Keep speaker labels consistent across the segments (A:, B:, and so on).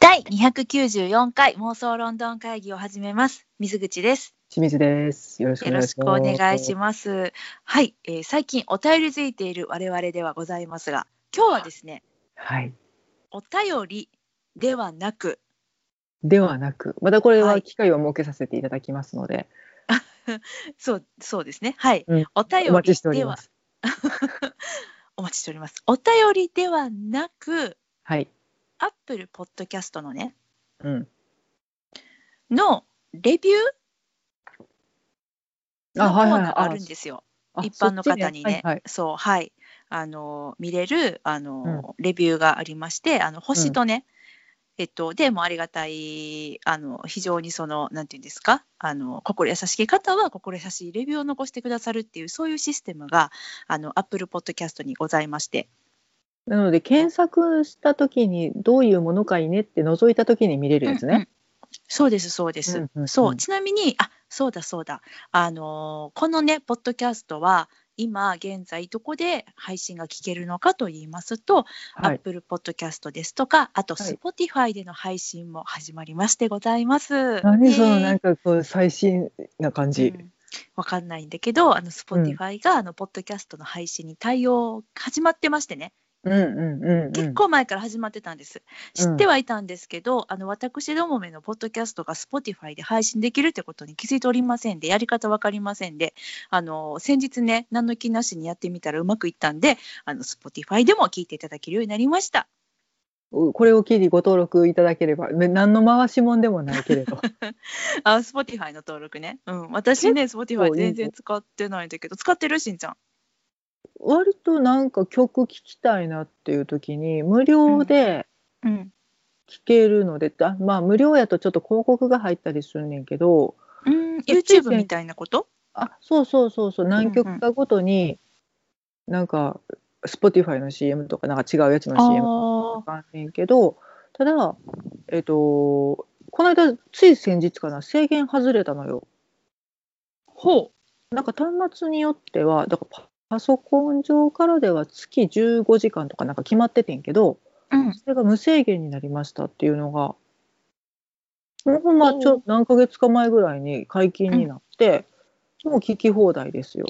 A: 第294回妄想ロンドン会議を始めます。水口です。
B: 清水です。よろしくお
A: よ
B: 願い
A: ろ
B: し
A: しくお
B: ます。
A: 願いします。はい、えー最近お便りづいている我々ではございますが、今日はですね、
B: はい。
A: お便りではなく、
B: ではなく、またこれ
A: は
B: はい機会を設けさせていただきますので、
A: そう、そうですね。はい、
B: うん
A: お便りでは
B: お待ちしております。
A: お待ちしております。お便りではなく、
B: はい。
A: アップルポッドキャストのね、
B: うん。
A: のレビューのコーナーがあるん
B: す。
A: ですよ。
B: あ
A: 一般の方にね、
B: そっちはいはい
A: そう、はい、あの、見れる、あの、レビューがありまして、あの、星とね、えっと、でもありがたい、あの、非常にその、なんていうんですか、あの、心優しき方は心優しいレビューを残してくださるっていう、そういうシステムが、あの、Apple Podcast にございまして、
B: なので検索した時にどういうものかいねって覗いた時に見れるやつ
A: うんう
B: ね
A: ん。そうです、そうです。
B: うんうんうん
A: そう、ちなみに、あ、そうだ、そうだ。あのーこのね、ポッドキャストは、今現在どこで配信が聞けるのかと言いますと、
B: はい。
A: Apple Podcast ですとか、あと
B: はい
A: Spotify での配信も始まりましてございます。
B: 何その
A: イエーイ
B: なんかこう最新な感じ
A: う。んわかんないんだけど、あの Spotify があのポッドキャストの配信に対応始まってましてね、
B: うんうんうんうん。
A: 結構前から始まってたんです。知ってはいたんですけど、あの私どもめのポッドキャストが Spotify で配信できるってことに気づいておりませんで、やり方わかりませんで、あの先日ね、何の気なしにやってみたらうまくいったんで、あの Spotify でも聞いていただけるようになりました。
B: これを機にご登録いただければ、め何の回しもんでもないけれど。
A: あ、Spotify の登録ね。うん、私ね、Spotify 全然使ってないんだけど、使ってるしんちゃん。
B: 割となんか曲聴きたいなっていう時に無料で
A: うん。
B: 聴けるので、あまあ無料やとちょっと広告が入ったりするねんけど
A: うん、YouTube みたいなこと
B: あそうそうそうそう何曲かごとに、なんか Spotify の CM とかなんか違うやつの
A: あ
B: CM と
A: ー
B: かあんねんけどただえっ、とこの間つい先日かな制限外れたのよ。
A: ほ
B: なんか端末によってはだからパパソコン上からでは月15時間とかなんか決まっててんけど、
A: う。うん。
B: それが無制限になりましたっていうのが、ほんまちょ何ヶ月か前ぐらいに解禁になって、もう聞き放題ですよ。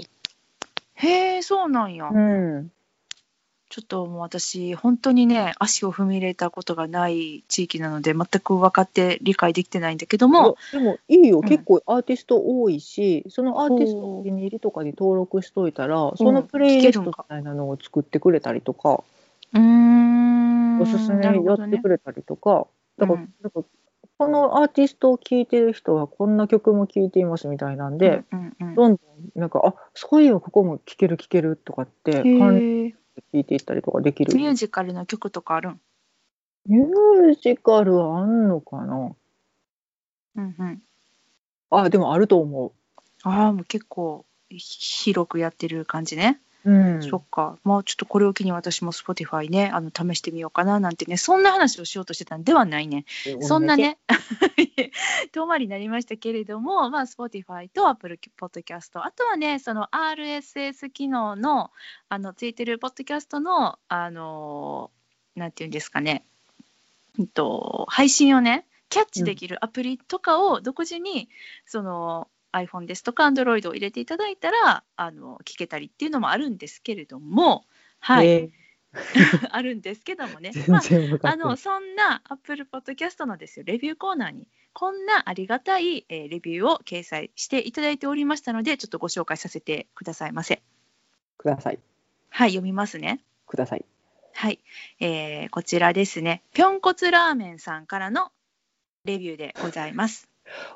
A: へえ、そうなんや。
B: ん。
A: ちょっともう私、本当にね、足を踏み入れたことがない地域なので、全く分かって理解できてないんだけども、
B: でもいいよ、
A: うん
B: 結構アーティスト多いし、そのアーティスト
A: ほう
B: お気に入りとかに登録しといたら、そのプレイリストみたいなのを作ってくれたりとか、
A: うーん、
B: おすすめ
A: な
B: や
A: るほど
B: って
A: ね。
B: くれたりとか、だから、
A: うん
B: なんかこのアーティストを聴いてる人はこんな曲も聴いていますみたいなんで、
A: うんうんうん
B: どんどんなんかあそういえばここも聴ける聴けるとかって
A: へ
B: 関連
A: ー
B: 聞いていったりとかできる。
A: ミュー
B: ミ
A: ジカルの曲とかあるん、
B: ュージカルはあんのかな
A: うんうん、
B: あ、でもあると思
A: ああ、もう結構広くやってる感じね。
B: う。うん
A: そっか。まあちょっとこれを機に私も Spotify ね、あの試してみようかななんてね、そんな話をしようとしてたんではないね。そんな。ね、 遠回りになりましたけれども、まあ、Spotify と Apple Podcast、あとはね、その RSS 機能の、あの、ついてるポッドキャストの、あのー、なんていうんですかね、うんと、配信をね、キャッチできるアプリとかを独自に、その iPhone ですとか Android を入れていただいたら、あの、聞けたりっていうのもあるんですけれども、はい、
B: え
A: あるんですけどもね
B: ー。
A: まあ
B: 全然分かっ
A: あ
B: てな
A: の
B: い。
A: そんな Apple Podcast のですよレビューコーナーにこんなありがたい、えーレビューを掲載していただいておりましたのでちょっとご紹介させてくださいませ。
B: ください。
A: はい読みますね。
B: ください。
A: はい、えーこちらですねぴょんこつラーメンさんからのレビューでございます。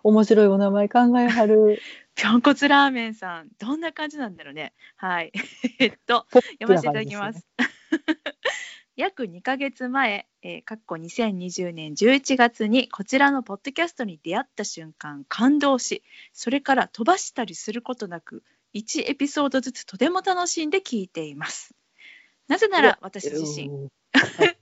B: 面白いお名前考えはる。
A: ぴょんこつラーメンさんどんな感じなんだろうね。はい、 えっと
B: ポッ
A: 読
B: プ
A: ま
B: な
A: せていた
B: 感
A: だ
B: じ
A: き
B: ですね
A: ます。。 約2ヶ月前、えー、かっこ2020年11月にこちらのポッドキャストに出会った瞬間感動しそれから飛ばしたりすることなく1エピソードずつとても楽しんで聞いています。なぜな
B: う
A: ら
B: わ
A: 私自身、
B: うん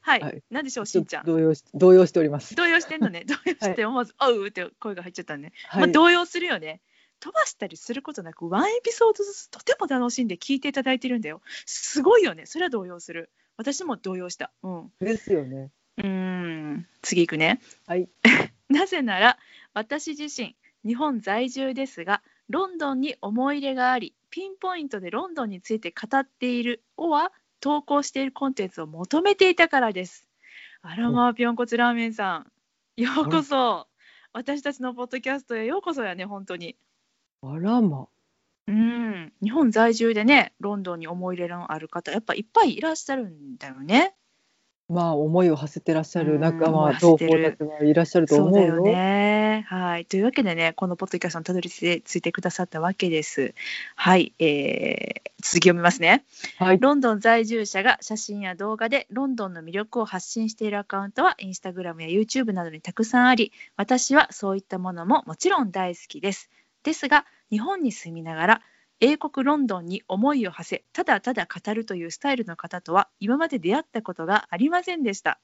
A: はい、
B: はい
A: なんでしょう、
B: ち
A: し
B: ょっ
A: んち
B: と
A: ゃん。
B: 動揺し動揺しております。
A: 動揺してんのね、動揺して思わず、おうって声が入っちゃったね。
B: はい。
A: まあ、動揺するよね。飛ばしたりすることなく、ワンエピソードずつとても楽しんで聞いていただいてるんだよ。すごいよね。それは動揺する。私も動揺した。うん。
B: ですよね。
A: うーん次いくね。
B: はい、
A: なぜなら私自身日本在住ですがロンドンに思い入れがありピンポイントでロンドンについて語っているをは投稿しているコンテンツを求めていたからです。あらまあぴょんこつラーメンさんようこそ私たちのポッドキャストへようこそやね本当に。
B: あらま。
A: うん日本在住でねロンドンに思い入れのある方やっぱいっぱいいらっしゃるんだよね。
B: まあ思いを馳せてらっしゃ
A: う
B: る
A: ん
B: 仲
A: 思いを
B: 間
A: 馳せ
B: 同
A: て
B: 胞
A: る
B: たちがいらっしゃると
A: そう
B: 思
A: だ
B: うよ。
A: よね。はい。というわけでね、このポッドキャストにたどり着いてついてくださったわけです。はい。えー、続きを見ますね。
B: はい。
A: ロンドン在住者が写真や動画でロンドンの魅力を発信しているアカウントはインスタグラムや YouTube などにたくさんあり私はそういったものももちろん大好きですですが日本に住みながら英国ロンドンに思いを馳せただただ語るというスタイルの方とは今まで出会ったことがありませんでした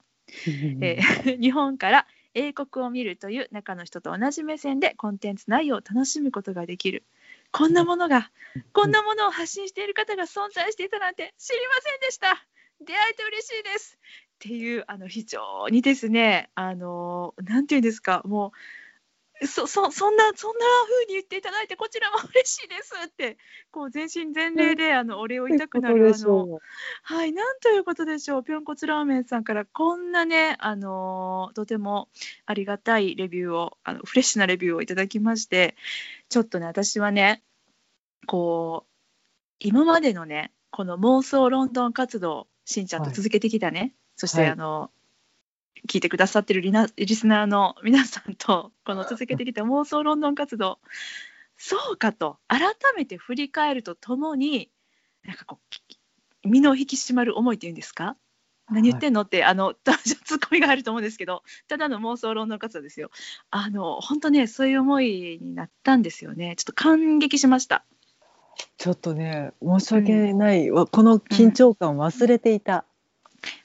A: えー 日本から英国を見るという中の人と同じ目線でコンテンツ内容を楽しむことができるこんなものがこんなものを発信している方が存在していたなんて知りませんでした出会えて嬉しいですっていうあの非常にですねあのなんていうんですかもうそそそんなそんな風に言っていただいてこちらも嬉しいですってこう全身全霊であのお礼を言いたく な
B: という
A: る
B: こと
A: あ
B: でし
A: の
B: ょう
A: はい、なんということでしょう、ぴょんこつラーメンさんからこんなね、あのーとてもありがたいレビューをあの、フレッシュなレビューをいただきまして、ちょっとね、私はね、こう、今までのね、この妄想ロンドン活動、しんちゃんと
B: はい
A: 続けてきたね、そして、
B: はい
A: あの、聞いてくださってるリナリスナーの皆さんと、この続けてきた妄想ロンドン活動、そうかと改めて振り返るとともになんかこうき身の引き締まる思いっていうんですか何言ってんのって、あの多分ツッコミがあると思うんですけどただの妄想論の方ですよあの本当ねそういう思いになったんですよねちょっと感激しました
B: ちょっとね申し訳ない、わこの緊張感忘れていた、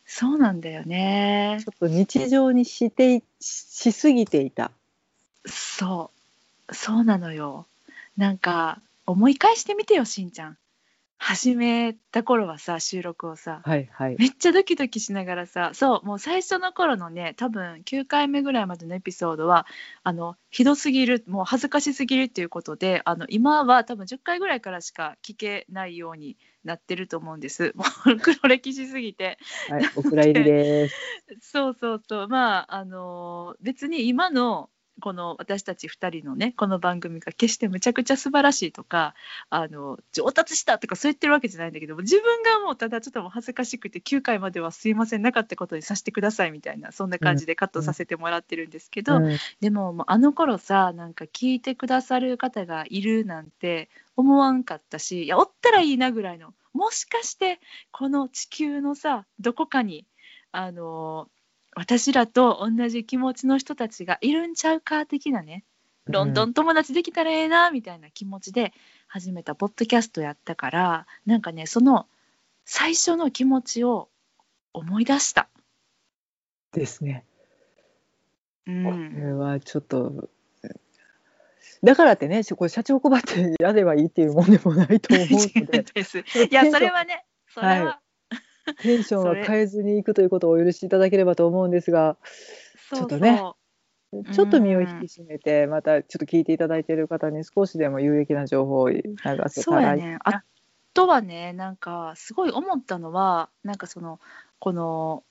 A: そうなんだよね
B: ちょっと日常にしていししすぎていた
A: そうそうなのよなんか思い返してみてよしんちゃん始めた頃はさ収録をさ
B: はいはい
A: めっちゃドキドキしながらさそうもう最初の頃のね多分9回目ぐらいまでのエピソードはあのひどすぎるもう恥ずかしすぎるっていうことであの今は多分10回ぐらいからしか聞けないようになってると思うんですもう黒歴史すぎて
B: はいお蔵入りです
A: そうそうそうまああの別に今のこの私たち2人のねこの番組が決してむちゃくちゃ素晴らしいとかあの上達したとかそう言ってるわけじゃないんだけども自分がもうただちょっともう恥ずかしくて9回まではすいませんなかったことにさせてくださいみたいなそんな感じでカットさせてもらってるんですけど、
B: うん
A: でももうあの頃さなんか聞いてくださる方がいるなんて思わんかったしいやおったらいいなぐらいのもしかしてこの地球のさどこかにあの私らと同じ気持ちの人たちがいるんちゃうか的なねロンドン友達できたらええなみたいな気持ちで始めたポッドキャストやったからなんかねその最初の気持ちを思い出した。
B: ですね
A: う
B: こ
A: ん、
B: れはちょっとだからってねこう社長小ばってやればいいっていうもんでもないと思うので
A: です
B: ちょっ と
A: いやそれはねそれは、
B: はいテンションは変えずにいくということをお許しいただければと思うんですが
A: そうそう
B: ちょっとねちょっと身を引き締めて、またちょっと聞いていただいている方に少しでも有益な情報を流せ
A: そ
B: た
A: うや
B: らいい
A: ね。あとはね、なんかすごい思ったのは、なんかそのこの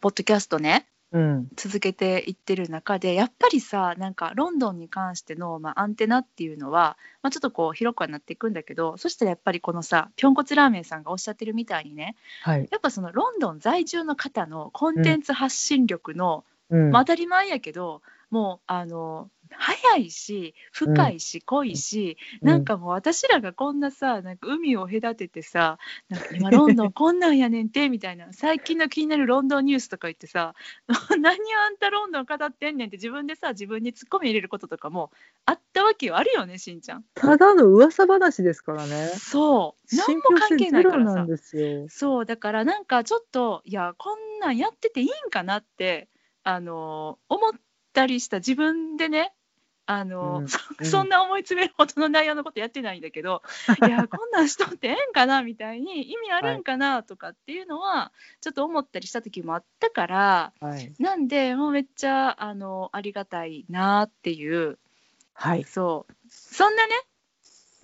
A: ポッドキャストね、
B: うん、
A: 続けていってる中でやっぱりさなんかロンドンに関しての、まあ、アンテナっていうのは、まあ、ちょっとこう広くはなっていくんだけどそしたらやっぱりこのさぴょんこつラーメンさんがおっしゃってるみたいにね
B: はい、
A: やっぱそのロンドン在住の方のコンテンツ発信力の、
B: うん、
A: まあ、当たり前やけどもうあの早いし深いし濃いし、
B: うん
A: なんかもう私らがこんなさなんか海を隔ててさなんか今ロンド ンこんなんやねんてみたいな最近の気になるロンドンニュースとか言ってさ 何あんたロンドン語ってんねんって自分でさ自分に突っ込み入れることとかもあったわけよあるよねしんちゃん。
B: ただの噂話ですからね。
A: そう何
B: 信
A: も
B: 憑
A: 関係
B: 性
A: な
B: ゼ
A: いから
B: ロな
A: さ
B: ん。ですよ。
A: そうだからなんかちょっといやこんなんやってていいんかなってあの思ったりした自分でねあの、
B: うん
A: そ
B: うん
A: そんな思い詰めるほどの内容のことやってないんだけど、いやこんなんしとってええんかなみたいに意味あるんかなとかっていうのはちょっと思ったりした時もあったから
B: はい。
A: なんでもうめっちゃあのありがたいなっていう
B: はい。
A: そうそんなね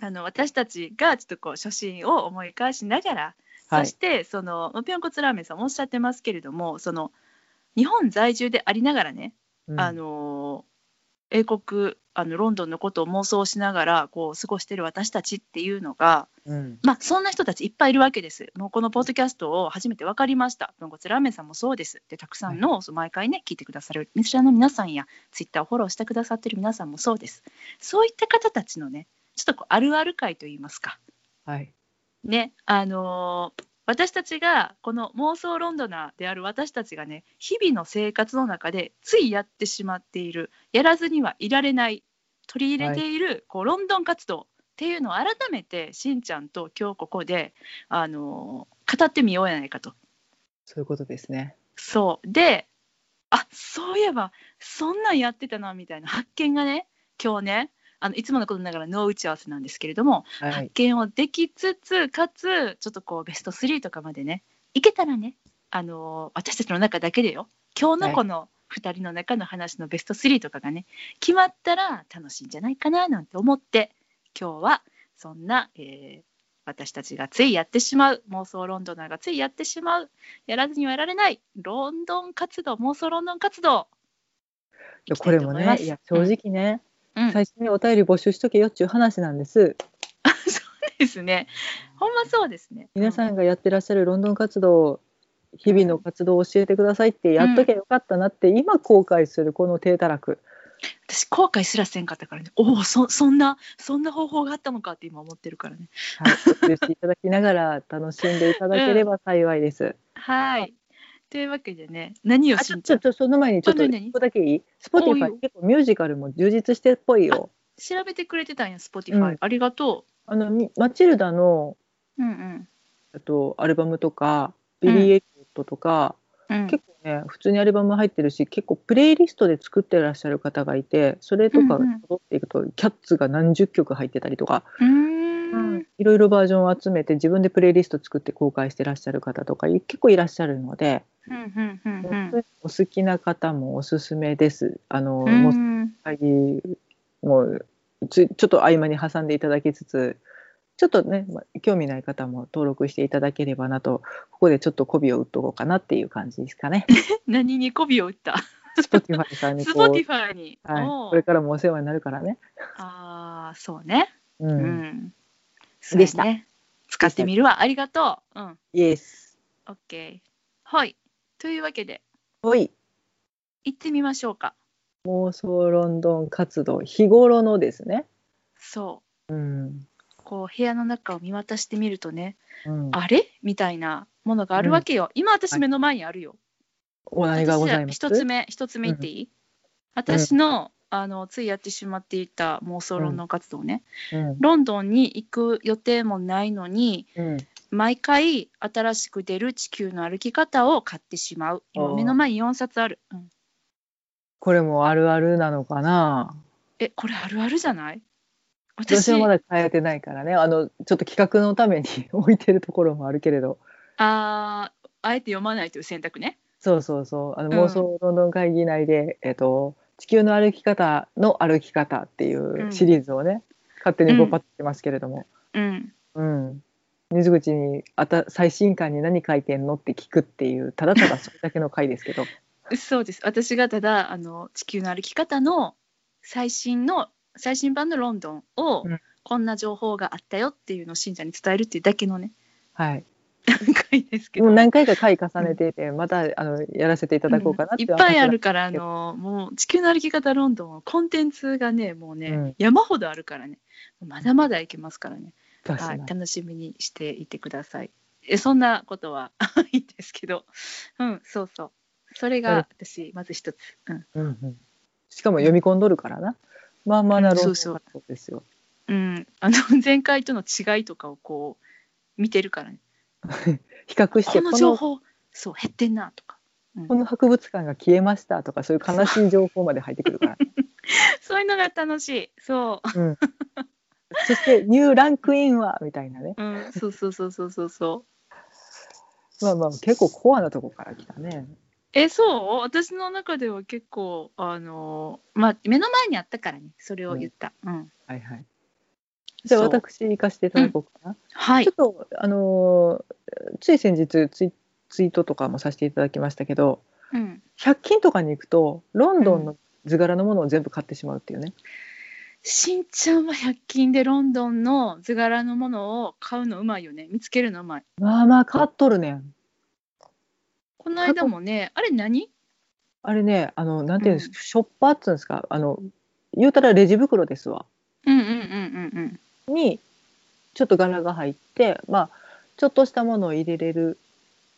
A: あの私たちがちょっとこう初心を思い返しながら、
B: はい
A: そしてそのまあぴょんこつラーメンさんもおっしゃってますけれどもその日本在住でありながらね、
B: うん
A: あの英国あのロンドンのことを妄想しながらこう過ごしてる私たちっていうのが、
B: うん。
A: まあ、そんな人たちいっぱいいるわけです。もうこのポッドキャストを初めて分かりました。豚骨ラーメンさんもそうです。で、たくさんの、そう毎回ね、聞いてくださる、ミスラの皆さんや、ツイッターをフォローしてくださってる皆さんもそうです。そういった方たちのね、ちょっとこうあるある会といいますか、
B: はい。
A: ね、あのー私たちが、この妄想ロンドナーである私たちがね、日々の生活の中でついやってしまっている、やらずにはいられない、取り入れている、こうロンドン活動っていうのを改めてしんちゃんと今日ここで、あのー語ってみようやないかと。
B: そういうことですね。
A: そうであそういえばそんなんやってたなみたいな発見がね今日ねあのいつものことながらノー打ち合わせなんですけれども、
B: は
A: 発
B: い。
A: 見をできつつかつちょっとこうベスト3とかまでねいけたらね、あのー私たちの中だけでよ今日の
B: はい
A: この2人の中の話のベスト3とかがね決まったら楽しいんじゃないかななんて思って今日はそんな、えー私たちがついやってしまう妄想ロンドナーがついやってしまうやらずにはいられないロンドン活動妄想ロンドン活動、
B: いやこれも
A: 行きたいと思いま
B: ね、
A: す
B: いや、正直ね、
A: うん、そう
B: 最初にお便り募集しとけよっていう話なんです。
A: ですねほんまそうですね
B: 皆さんがやってらっしゃるロンドン活動、日々の活動を教えてくださいってやっときゃよかったなって、今後悔するこの低たらく。
A: 私後悔すらせんかったからねおおそそんなそんな方法があったのかって今思ってるからね
B: はい、お許しいただきながら楽しんでいただければ幸いです。
A: はいというわけでね何を
B: あ
A: し
B: ちょ
A: ん
B: っ
A: ちゃ
B: と
A: ん
B: ちょっとその前にちょっと
A: あ
B: 一
A: 何何
B: 個だけいい
A: おういい
B: ?Spotify
A: よ
B: 結構ミュージカルも充実してっぽいよ。
A: 調べてくれてたんや Spotify、
B: うん
A: ありがと
B: あのみマチルダの
A: ううん
B: あとアルバムとかビリー・エリオットとか、
A: うんうん
B: 結構ね普通にアルバム入ってるし結構プレイリストで作ってらっしゃる方がいてそれとか
A: うんうん
B: 辿っていくと、キャッツが何十曲入ってたりとか、
A: うーん
B: いろいろバージョンを集めて自分でプレイリスト作って公開してらっしゃる方とか結構いらっしゃるので、
A: うんうんうんうん
B: お好きな方もおすすめです。あの、
A: う
B: もうん会議もつちょっと合間に挟んでいただきつつちょっとね、まあ興味ない方も登録していただければなとここでちょっと媚びを打っとこうかなっていう感じですかね。
A: 何に媚びを打った
B: Spotify さんにこう、
A: Spotify に、
B: はい、
A: お
B: これからもお世話になるからね。
A: ああそうねう
B: う
A: ん、
B: ん、
A: そうやね
B: でした
A: 使ってみるわありがとううん
B: イエス。
A: OK はいというわけで
B: ほい
A: 行ってみましょうか
B: 妄想ロンドン活動日頃のですね。
A: そう
B: うん。
A: こう部屋の中を見渡してみるとね、
B: うん、
A: あれみたいなものがあるわけよ、今私目の前にあるよ、
B: お何がございま
A: 私
B: す
A: 一つ目一つ目言っていい、私のあのついやってしまっていた妄想ロンドン活動ね、
B: うん
A: ロンドンに行く予定もないのに
B: うん、
A: 毎回新しく出る地球の歩き方を買ってしまう
B: あ
A: 今
B: ー
A: 目の前に4冊ある、うん、
B: これもあるあるなのかな
A: えこれあるあるじゃない
B: 私
A: 私
B: はまだ変えてないからねあのちょっと企画のために 置いてるところもあるけれど
A: あーあえて読まないという選択ね
B: そうそうそうあの
A: うん
B: 妄想ロンドン会議内で、えっと「地球の歩き方の歩き方」っていうんうシリーズをね、勝手に5パってますけれども、
A: うん
B: うん水口にあた最新刊に何書いてんのって聞くっていうただただそれだけの回ですけ ど
A: そうです私がただあの地球の歩き方の最新の最新版のロンドンを、
B: うん
A: こんな情報があったよっていうのを信者に伝えるっていうだけのね
B: はい
A: 回ですけど、
B: もう何回か回重ねていて、またあのやらせていただこうかな
A: うん
B: っ
A: い
B: て
A: っ
B: いう話
A: ぱいあ
B: だ
A: るからあのもう地球の歩き方ロンドンはコンテンツがねもうね、
B: うん
A: 山ほどあるからねまだまだいけますからね、
B: 確か
A: はい
B: に、
A: 楽しみにしていてくださいえそんなことは いいんですけどうんそうそうそれが私まず一つ、うん、
B: うんうん、しかも読み込んどるからなまあまあなロンドン
A: そうそう
B: 活動ですよ。
A: うん、あの 前回との違いとかをこう見てるからね
B: 比較して
A: こ
B: こ
A: の
B: の
A: 情報そう減ってんなとか
B: この博物館が消えましたとかそういう悲しい情報まで入ってくるから、
A: そういうのが楽しい。そ
B: うん、そしてニューランクインはみたいなね
A: う。うん、そうそうそうそうそうそう。
B: まあまあ結構コアなとこから来たね
A: え、そう私の中では結構、あのーまあ、目の前にあったからね、それを言った。うん。
B: はいはいじゃあ
A: そう
B: 私行かせていただこうかな、
A: はい
B: ちょっ。とあのーつい先日ツイツイートとかもさせていただきましたけど
A: うん。
B: 100均とかに行くとロンドンの図柄のものを全部買ってしまうっていうね、
A: しんちゃんは100均でロンドンの図柄のものを買うのうまいよね。見つけるのうまい。
B: まあまあ買っとるねん
A: この間もね、あれ何
B: あれねあのなんていうんです
A: う
B: か、ショッパーっつうんですかあの言うたらレジ袋ですわ
A: うんうんうんうんうん。
B: にちょっと柄が入ってまあちょっとしたものを入れれる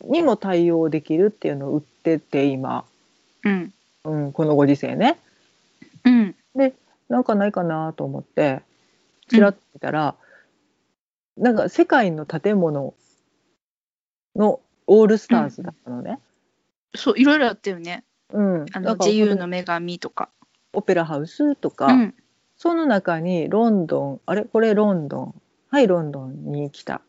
B: にも対応できるっていうのを売ってて今、
A: うん。
B: うん、このご時世ね
A: うん。
B: なんかないかなと思ってちらっと見たら、なんか世界の建物のオールスターズだったのね。
A: そう、いろいろあったよね。
B: うん、
A: あ
B: な
A: の
B: んか
A: 自由の女神とか。
B: オペラハウスとか、
A: うん。
B: その中にロンドンあれこれロンドンはいロンドンに来た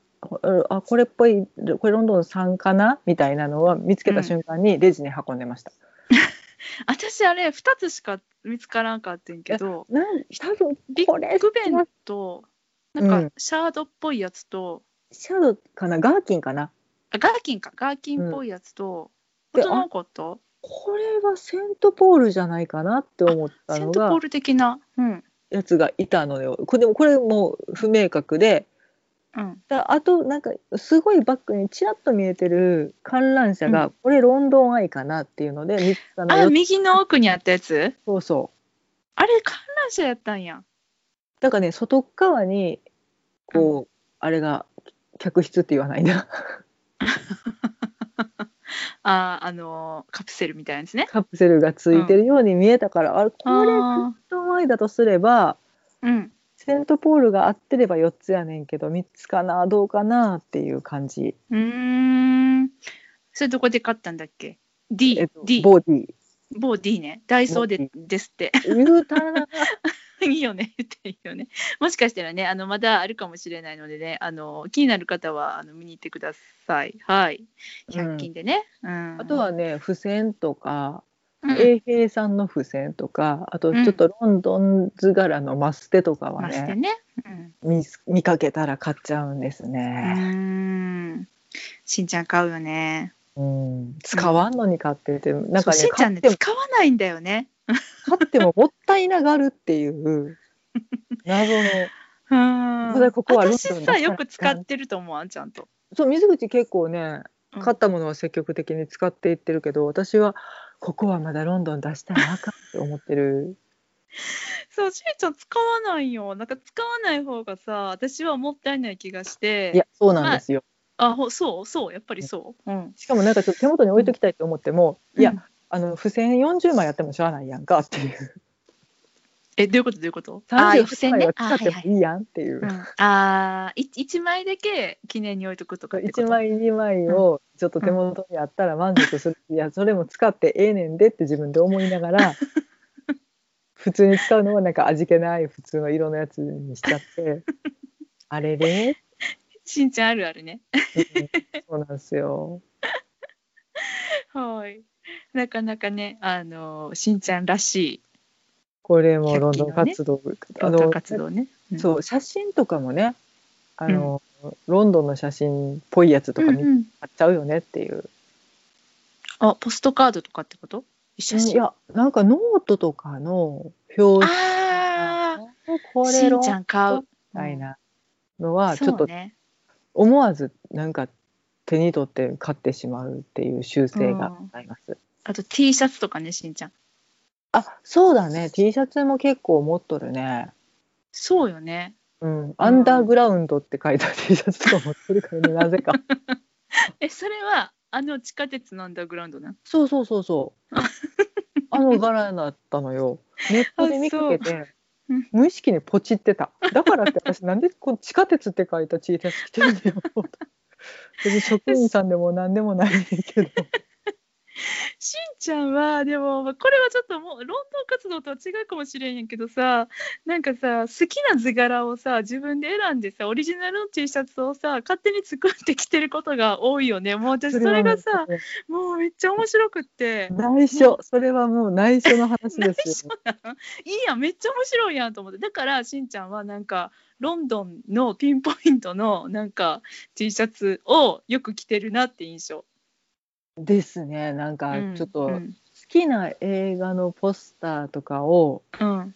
B: あこれっぽいこれロンドン3かなみたいなのは見つけた瞬間にレジに運んでました、
A: 私あれ2つしか見つからんかってんけど
B: なん多分
A: ビ
B: これ
A: ッグベンとなん
B: う
A: か
B: ん
A: シャードっぽいやつと、
B: シャドウかなガーキンかな
A: あガーキンかガーキンっぽいやつと、
B: う
A: あ
B: んで
A: となんかあった
B: これはセントポールじゃないかなって思った
A: セ
B: の
A: ントポ
B: が
A: ール的なうん
B: やつがいたのよこれでもこれも不明確で
A: うん
B: だあとなんかすごいバックにちらっと見えてる観覧車が、
A: うん
B: これロンドンアイかなっていうので見つけたの
A: あ
B: よ
A: 右の奥にあったやつ
B: そうそう
A: あれ観覧車やったんや
B: だからね外っ側にこう、あれが客室って言わないな
A: ああのーカプセルみたいなやつね
B: カプセルがついてるように見えたから、あれこれ
A: あ
B: セント前だとすれば
A: ーうん
B: セントポールが合ってれば4つやねんけど3つかなどうかなっていう感じ、
A: うーんそれどこで買ったんだっけ D、
B: えっと
A: D
B: ボディ
A: 某 D ねダイソー
B: 某
A: で
B: D
A: ですって
B: 言うたら
A: いいよねっていうよね。もしかしたらね、あのまだあるかもしれないのでね、あの気になる方はあの見に行ってください。はい。100均でね。うん。
B: あと、はね付箋とか
A: うん、
B: 永平さんの付箋とかあとちょっとロンドン図柄のマステとかは
A: まして
B: ね、
A: ね。うん。
B: 見す見かけたら買っちゃうんです
A: う
B: ね、
A: ーん。しんちゃん買うよね。
B: うん、使わんのに買っててなん
A: そ
B: か
A: う
B: ね
A: しんちゃんね、
B: 買っても
A: 使わないんだよね。
B: 勝ってももったいながるっていう 謎の
A: うん。
B: まだここはロンドンだ
A: 私さ、よく使ってると思う、あんちゃんと。
B: そう水口結構ね
A: うん
B: 買ったものは積極的に使っていってるけど、私はここはまだロンドン出したらあかんって思ってる
A: そう、しんちゃん使わないよ。なんか使わない方がさ、私はもったいない気がして。
B: いやそうなんですよ、
A: あ、ほそう、そう、やっぱりそう。うん。
B: しかもなんかちょっと手元に置いときたいと思っても、いや
A: うん
B: あの付箋40枚やってもしゃあないやんかっていう
A: え、どういうことどういうことああー、付
B: 30
A: 箋
B: 枚
A: ね
B: は。
A: あ
B: 使
A: ー
B: って
A: は
B: も
A: いはい
B: いいやんってい
A: う。
B: う
A: んあー、い一枚だけ記念に置いとくとかってこと
B: 1枚2枚をちょっと手元にあったら満足する、いやそれも使ってええねんでって自分で思いなが ら普通に使うのはなんか味気ない普通の色のやつにしちゃって あれれ、
A: しんちゃんあるあるね。
B: うんそうなんですよ
A: はい。なかなかね、あのー、しんちゃんらし
B: これもロンドン活動、
A: い
B: あ
A: 文化
B: の
A: 活動ね。うん
B: そう写真とかもねあの、ロンドンの写真っぽいやつとか
A: うん
B: 見
A: うん
B: 買っちゃうよねっていう、
A: あ、ポストカードとかってこと写
B: い
A: 真。
B: やなんかノートとかの表紙
A: あ
B: こ
A: あ、
B: れ
A: し
B: ロ
A: ん
B: ン
A: ちゃん買う。
B: みたいなのはちょっ
A: そう
B: と
A: ね
B: 思わずなんか手に取って買ってしまうっていう習性があります。
A: あと T シャツとかね、しんちゃん。
B: あそうだね T シャツも結構持っとるね。
A: そうよね。
B: うん、アンダーグラウンドって書いた T シャツとか持ってるからね、なぜか。
A: え、それは、あの地下鉄のアンダーグラウンドな。
B: そうそうそうそう。 あの柄だったのよ。ネットで見かけて
A: そううん
B: 無意識にポチってた。だからって私なんでこう地下鉄って書いた T シャツ着 てるんだよ。別に職員さんでも何でもないねんけど。
A: しんちゃんはでもまあこれはちょっともう論闘活動とは違うかもしれんやけどさなんかさ好きな図柄をさ自分で選んでさオリジナルの T シャツをさ勝手に作ってきてることが多いよねもう私それがさもうめっちゃ面白くって。
B: 内緒それはもう内緒の話
A: 内
B: です
A: 緒なんいいやんめっちゃ面白いやんと思ってだからしんちゃんはなんかロンドンのピンポイントのなんか T シャツをよく着てるなって印象。
B: ですねなんか
A: うん
B: ちょっと
A: う
B: 好
A: ん
B: きな映画のポスターとかを
A: うん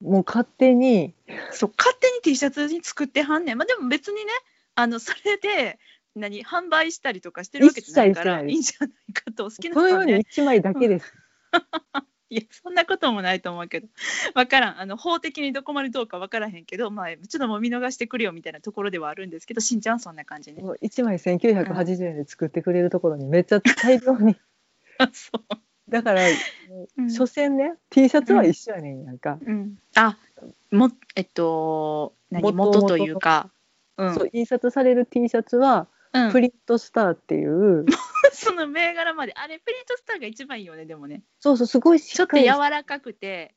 B: もう勝手に
A: そう勝手に T シャツに作ってはんねん、まあ、でも別にねあのそれで何販売したりとかしてるわけじゃないから
B: 一切してない
A: い
B: で
A: いんじゃない
B: す
A: かと好きな
B: この
A: 人
B: よ
A: は
B: うに
A: ね
B: 1枚だけです。
A: いやそんなこともないと思うけど分からんあの法的にどこまでどうか分からへんけど、まあ、ちょっともう見逃してくれよみたいなところではあるんですけどしんちゃんはそんな感 じね。
B: もう1枚1980円で作ってくれるところにめっちゃ大量に
A: あそう
B: だから
A: うん
B: 所詮ね T シャツは一緒やねんやんか、
A: うん、あもえっと何
B: 元
A: 元というか、うん
B: そう印刷される T シャツは
A: うん
B: プリントスターっていう、
A: その銘柄まであれプリントスターが一番いいよねでもね
B: そうそうすごいし
A: ちょ
B: っ
A: っと
B: かり
A: 柔らかくて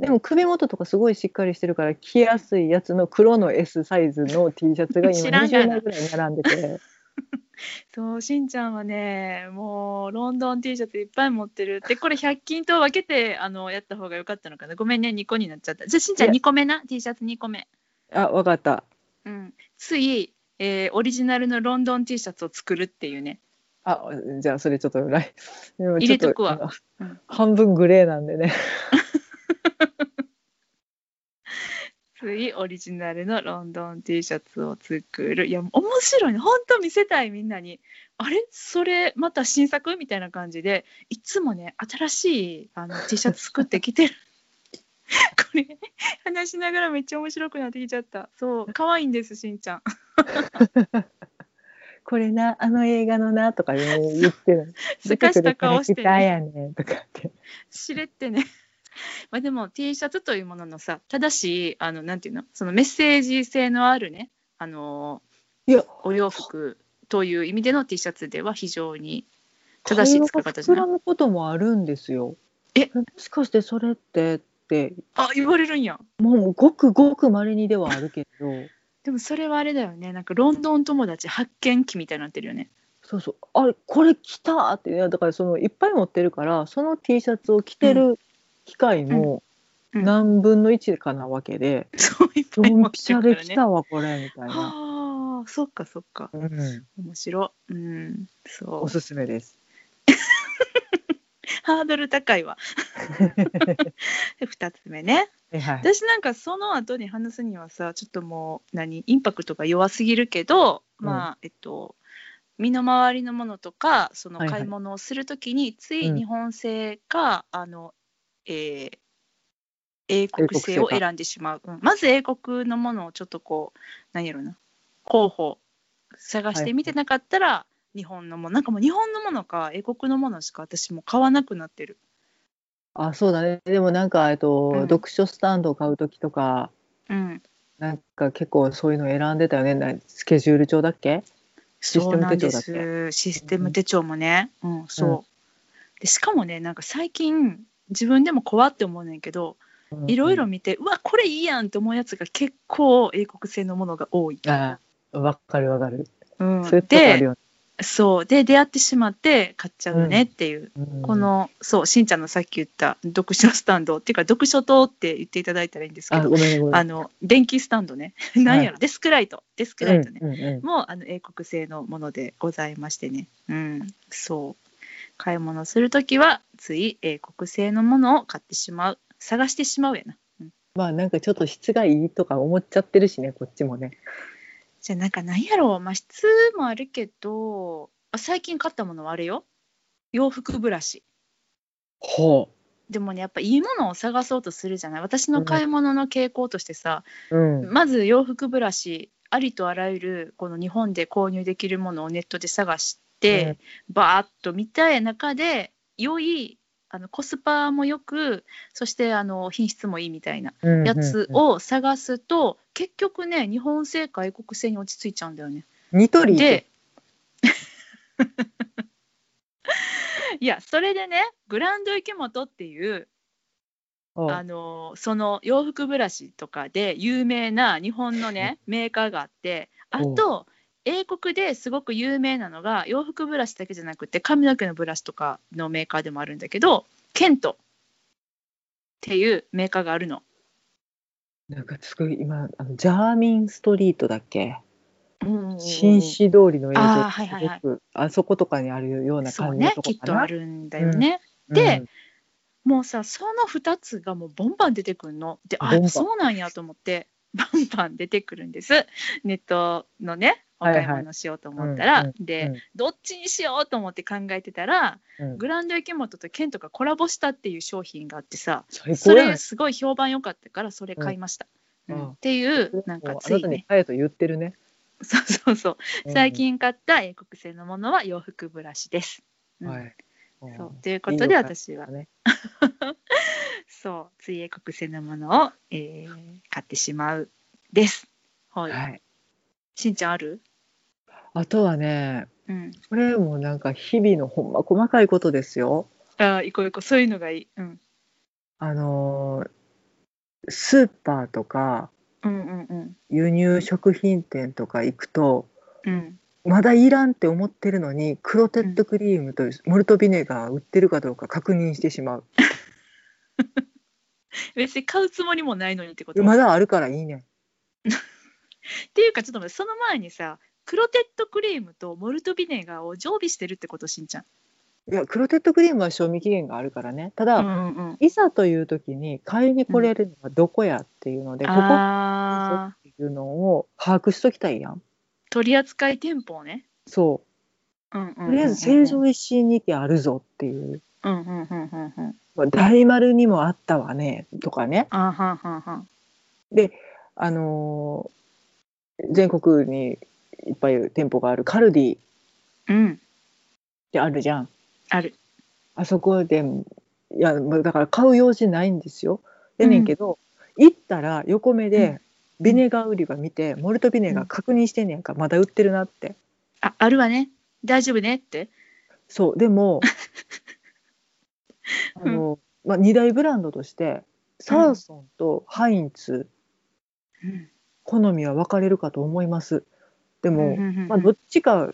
B: でも首元とかすごいしっかりしてるから着やすいやつの黒の S サイズの T シャツが今
A: 知らんが
B: 20
A: な
B: 枚ぐらい並んでて
A: そうしんちゃんはねもうロンドン T シャツいっぱい持ってるでこれ100均と分けてあのやった方が良かったのかなごめんね2個になっちゃったじゃあしんちゃ
B: い
A: ん
B: や
A: 2個目な T シャツ2個目
B: あわかった
A: うんつい、えーオリジナルのロンドン T シャツを作るっていうね
B: あじゃあそれちょっと来でも
A: 入
B: ち
A: れ
B: ょっ
A: とくわ
B: あの
A: うん
B: 半分グレーなんでね
A: ついオリジナルのロンドン T シャツを作るいや面白いね本当見せたいみんなにあれそれまた新作みたいな感じでいつもね新しいあの T シャツ作ってきてる これ話しながらめっちゃ面白くなってきちゃったそう可愛いんですしんちゃん
B: これなあの映画のなとかね言ってる
A: すかした顔して
B: 出てくるキャラクター
A: ね
B: やねんとかって
A: しれってね まあでも T シャツというもののさ正しいあのなんていうのそのメッセージ性のあるねあの
B: いや
A: お洋服という意味での T シャツでは非常に正しい使い方じゃ
B: 会話が
A: ない
B: 膨らむこともあるんですよ
A: え
B: もしかしてそれってって
A: あ言われるんや
B: もうごくごく稀にではあるけど
A: でもそれはあれだよねなんかロンドン友達発見記みたいになってるよね
B: そうそうあれこれ着たっていやだからそのいっぱい持ってるからその T シャツを着てる機会も
A: うんうん
B: 何分の1かなわけで
A: そういっ
B: ド
A: ぱい持
B: ン
A: っ
B: ピ
A: て
B: シャ
A: る
B: で
A: から
B: 着
A: ね
B: たわこれみたいな、
A: はあそっかそっか
B: うん、
A: 面白いうんそ
B: お
A: う
B: すすめです
A: ハードル高 いわ で2つ目ね
B: はいはい
A: 私なんかその後に話すにはさちょっともう何インパクトが弱すぎるけど、
B: うん
A: まあえっと身の回りのものとかその
B: はいはい
A: 買い物をするときに、つい
B: うん
A: 日本製か、あの、えー英国製
B: 英
A: を
B: 国製か
A: 選んでしまう、うんまず英国のものをちょっとこう何やろな候補探して見てなかったら、日本のものなんかもう日本のものか英国のものしか私もう買わなくなってる。
B: あそうだねでもなんかえっと、
A: うん
B: 読書スタンドを買う時とか
A: うん、
B: なんか結構そういうの選んでたよねなスケジュール帳だっけシス
A: そう
B: テム
A: なん
B: 手
A: で
B: 帳だっけ
A: す。システム手帳もね。うん、そう、で。しかもね、なんか最近、自分でも怖って思うねんけど、いろいろ見て、うわ、これいいやんって思うやつが結構英国製のものが多い。
B: ああわかるわかる、
A: うん
B: そういうとこある
A: で、
B: よね、
A: そう。で、出会ってしまって買っちゃうねっていう。
B: うん
A: この、そう、しんちゃんのさっき言った読書スタンドっていうか、読書灯って言っていただいたらいいんですけ
B: あ
A: ど、
B: ごめんねごめん
A: あの、電気スタンドね。 なんやろ、デスクライト。デスクライトね。
B: うんうんうん
A: もあの英国製のものでございましてね、うん、そう買い物するときはつい英国製のものを買ってしまう探してしまうやな、うん、
B: まあなんかちょっと質がいいとか思っちゃってるしねこっちもね
A: じゃあなんかなんやろう、まあ、質もあるけどあ最近買ったものはあれよ洋服ブラシ
B: ほ
A: でもねやっぱいいものを探そうとするじゃない私の買い物の傾向としてさ、
B: う、うん
A: まず洋服ブラシありとあらゆるこの日本で購入できるものをネットで探して、
B: うん
A: バーッと見たい中で良いあのコスパもよくそしてあの品質もいいみたいな
B: うん
A: やつ
B: うん
A: を探すと、結局ね日本製か英国製に落ち着いちゃうんだよね。
B: ニトリ
A: で いやそれでねグランド池本っていうあのその洋服ブラシとかで有名な日本のねメーカーがあってあと英国ですごく有名なのが洋服ブラシだけじゃなくて髪の毛のブラシとかのメーカーでもあるんだけどケントっていうメーカーがあるの。
B: なんかすごい今あのジャーミンストリートだっけ
A: うん
B: 紳士通りの映像
A: あー
B: が
A: はいはいはい
B: すごくあそことかにあるような
A: そう
B: 感じの
A: ね
B: と
A: きっ
B: こか
A: と
B: な
A: あるんだよね。で、もうさその2つがもうバンバン出てくるので
B: ボン
A: あ
B: バン
A: そうなんやと思ってバンバン出てくるんですネットのねお
B: はいは
A: 買
B: い
A: い物しようと思ったら、
B: うんうん
A: で、
B: うん
A: どっちにしようと思って考えてたら、
B: うん
A: グランド池本とケントがコラボしたっていう商品があってさ
B: 最
A: そ
B: 高や
A: れ
B: ん
A: すごい評判良かったからそれ買いました、
B: う
A: うんん
B: うん
A: っていうなんかつ
B: あないたに
A: ね
B: 買えと言ってるね、
A: そうそうそう
B: うん
A: 最、近買った英国製のものは洋服ブラシです。うん
B: はいうん
A: そうということ
B: いい
A: で
B: のか
A: 私は
B: ね
A: そう、水泳国製のものを、えー買ってしまうです。はい。
B: はい、
A: しんちゃんある？
B: あとはね
A: うん。
B: これもなんか日々のほんま細かいことですよ
A: ああ、いこういこう、そういうのがいい。うん。
B: あのースーパーとか
A: うんうんうん。
B: 輸入食品店とか行くと
A: うん。
B: まだいらんって思ってるのにクロテッドクリームとモルトビネガー売ってるかどうか確認してしまう、
A: 別に買うつもりもないのにってこと。
B: まだあるからいいねん
A: っていうかちょっと待ってその前にさ、クロテッドクリームとモルトビネガーを常備してるってことしんちゃん。
B: いやクロテッドクリームは賞味期限があるからねただ、
A: うんうんうん。
B: いざという時に買いに来れるのはどこやっていうので、ここ
A: ああ、
B: っていうのを把握しときたいやん
A: 取扱店舗をね。
B: そ
A: うんうんうんう
B: う
A: ん。
B: とりあえず成城石井に行けあるぞっていう
A: うんうんうんうんうん。
B: まあ大丸にもあったわねとかね
A: あーはんはんはん。
B: あのー全国にいっぱい店舗があるカルディっ
A: うん。
B: てあるじゃん
A: ある。
B: あそこでいやもうだから買う用事ないんですよ。やねんけど、行ったら横目でビネガー売り場見て、モルトビネガー確認してんねやんかまだ売ってるなって。
A: あ、あるわね。大丈夫ねって。
B: そうでもあ
A: うん
B: の、まあ、2大ブランドとしてサーソンとハインツ、
A: うん。
B: 好みは分かれるかと思います。でも、
A: うんうんうんうん
B: まあ、どっちか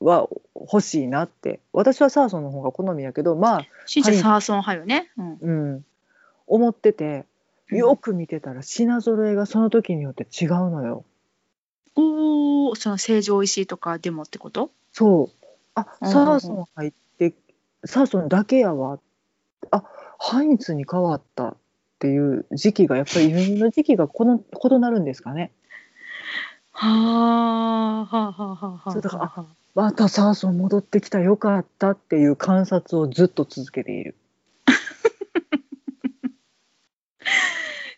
B: は欲しいなって私はサーソンの方が好みやけどまあ
A: しんちゃん、
B: はい
A: サーソン派よね。うん。
B: うん思っててよく見てたら品揃えがその時によって違うのよ。
A: おお、その成城石井とかでもってこと？
B: そうあ
A: うんうんうん
B: サーソン入ってサーソンだけやわあハインツに変わったっていう時期がやっぱり輸入の時期がこの異なるんですかね
A: はあ、はあ、はあ、はあ。
B: そうだから
A: はあ
B: またサーソン戻ってきたよかったっていう観察をずっと続けている。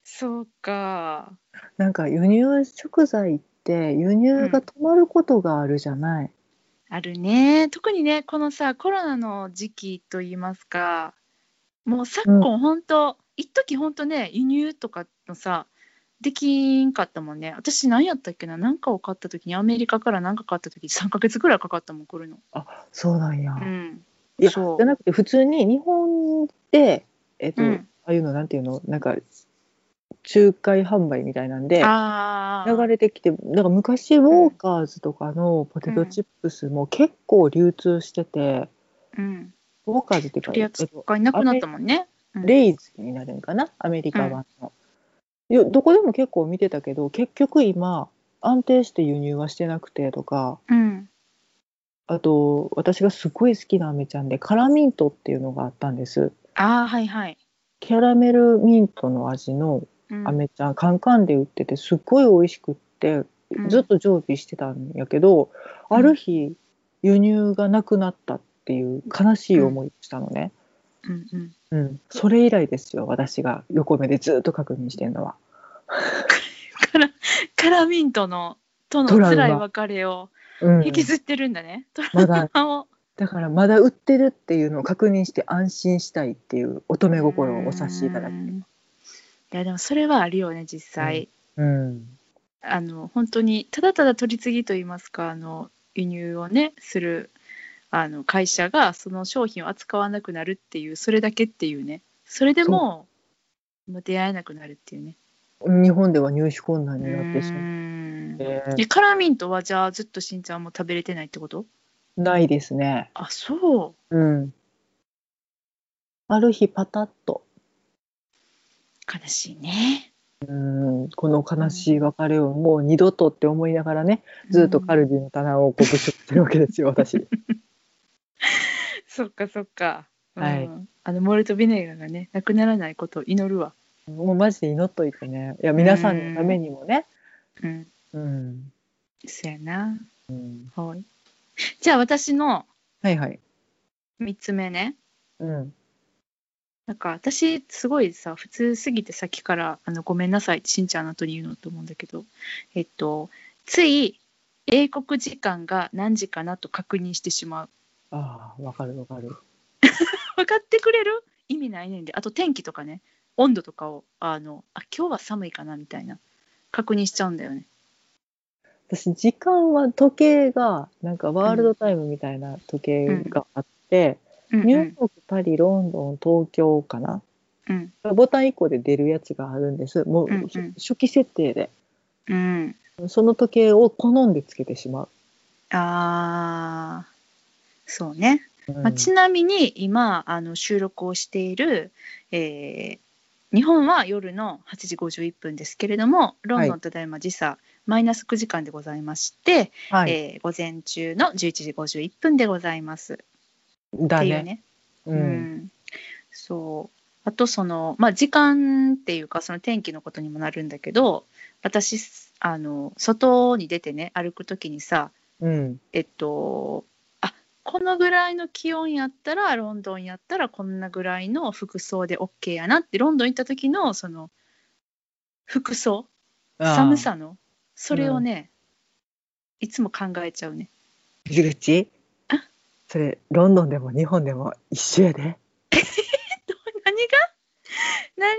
A: そうか。
B: なんか輸入食材って輸入が止まることがあるじゃない。
A: あるね。特にね、このさ、コロナの時期と言いますか、もう昨今本当、一時本当ね、輸入とかのさ、できんかったもんね。私何やったっけな、なんかを買った時にアメリカから何か買った時に3ヶ月ぐらいかかったもん来るの。
B: そうなんや。
A: うん。
B: いやじ
A: そう
B: ゃなくて普通に日本でえっ、と、
A: うん
B: ああいうのなんていうのなんか仲介販売みたいなんで。
A: ああ。
B: 流れてきてなんか昔ウォーカーズとかのポテトチップスも結構流通してて、
A: うん。
B: ウォーカーズっていうか、
A: 取り
B: えっと
A: 扱いなくなったもんね。うん
B: レイズになるんかなアメリカ版の、いやどこでも結構見てたけど結局今安定して輸入はしてなくてとか
A: うん。
B: あと私がすごい好きなアメちゃんでカラミントっていうのがあったんです
A: ああはいはい。
B: キャラメルミントの味の
A: うん
B: アメちゃん、カンカンで売っててすっごい美味しくって
A: うん
B: ずっと常備してたんやけど、
A: うん
B: ある日輸入がなくなったっていう悲しい思いをしたの
A: うん
B: ね、
A: うん、
B: うんそれ以来ですよ私が横目でずっと確認してるのは
A: からカラミントのとの
B: トラウマ
A: 辛い別れを
B: うん
A: 引きずってるんだね。トラ
B: まだ
A: ウマを
B: だからまだ売ってるっていうのを確認して安心したいっていう乙女心をお察しいただ
A: う
B: き
A: んいやでもそれはあるよね実際、
B: うん
A: あの本当にただただ取り次ぎと言いますかあの輸入をねするあの会社がその商品を扱わなくなるっていうそれだけっていうねそれでももう出会えなくなるっていうね。
B: 日本では入手困難
A: う
B: になってしまっ
A: ーん
B: て、
A: えカラミントはじゃあずっとしんちゃんも食べれてないってこと
B: ないですね。
A: あそう
B: うん。ある日パタッと、
A: 悲しいね。
B: うん、この悲しい別れをもう二度とって思いながらね、ずっとカ
A: る、
B: ルビの棚をこう物色してるわけですよ、私。
A: そっかそっか。うん
B: はい
A: あのモルトビネガーがねなくならないことを祈るわ。
B: もうマジで祈っといてね。いや、皆さんのためにもね。
A: うん。
B: うん。
A: そやな。
B: うん、
A: はい。じゃあ私の
B: はいはい。
A: 三つ目ね。
B: うん。
A: なんか私すごいさ普通すぎてさっきからあのごめんなさいしんちゃんの後に言うのと思うんだけどえっとつい英国時間が何時かなと確認してしまう
B: ああ、わかるわかる。
A: 分かってくれる意味ないねんであと天気とかね温度とかをあのあ今日は寒いかなみたいな確認しちゃうんだよね
B: 私、時間は時計が、なんかワールドタイムみたいな時計があって、
A: うん
B: ニ
A: う
B: ュー
A: ん
B: ヨーク、パリ、ロンドン、東京かな。
A: うん
B: ボタン以降で出るやつがあるんです。もう、
A: うんうん
B: 初期設定で。
A: うん
B: その時計を好んでつけてしまう。
A: あーそうね
B: うん
A: まあ、ちなみに今あの収録をしている、えー日本は夜の8時51分ですけれどもロンド
B: は
A: ンただいま時差、マイナス9時間でございまして、
B: はい
A: えー午前中の11時51分でございます。っ
B: だ
A: て
B: ね
A: いうね。
B: う。
A: うんんそうあとその、まあ、時間っていうかその天気のことにもなるんだけど私あの外に出てね歩く時にさ
B: うん。
A: えっと、あこのぐらいの気温やったらロンドンやったらこんなぐらいの服装で OK やなってロンドン行った時のその服装
B: あー
A: 寒。さのそれをね、いつも考えちゃうね。
B: 水口
A: あ
B: それ、ロンドンでも日本でも一緒やで。
A: 何が何が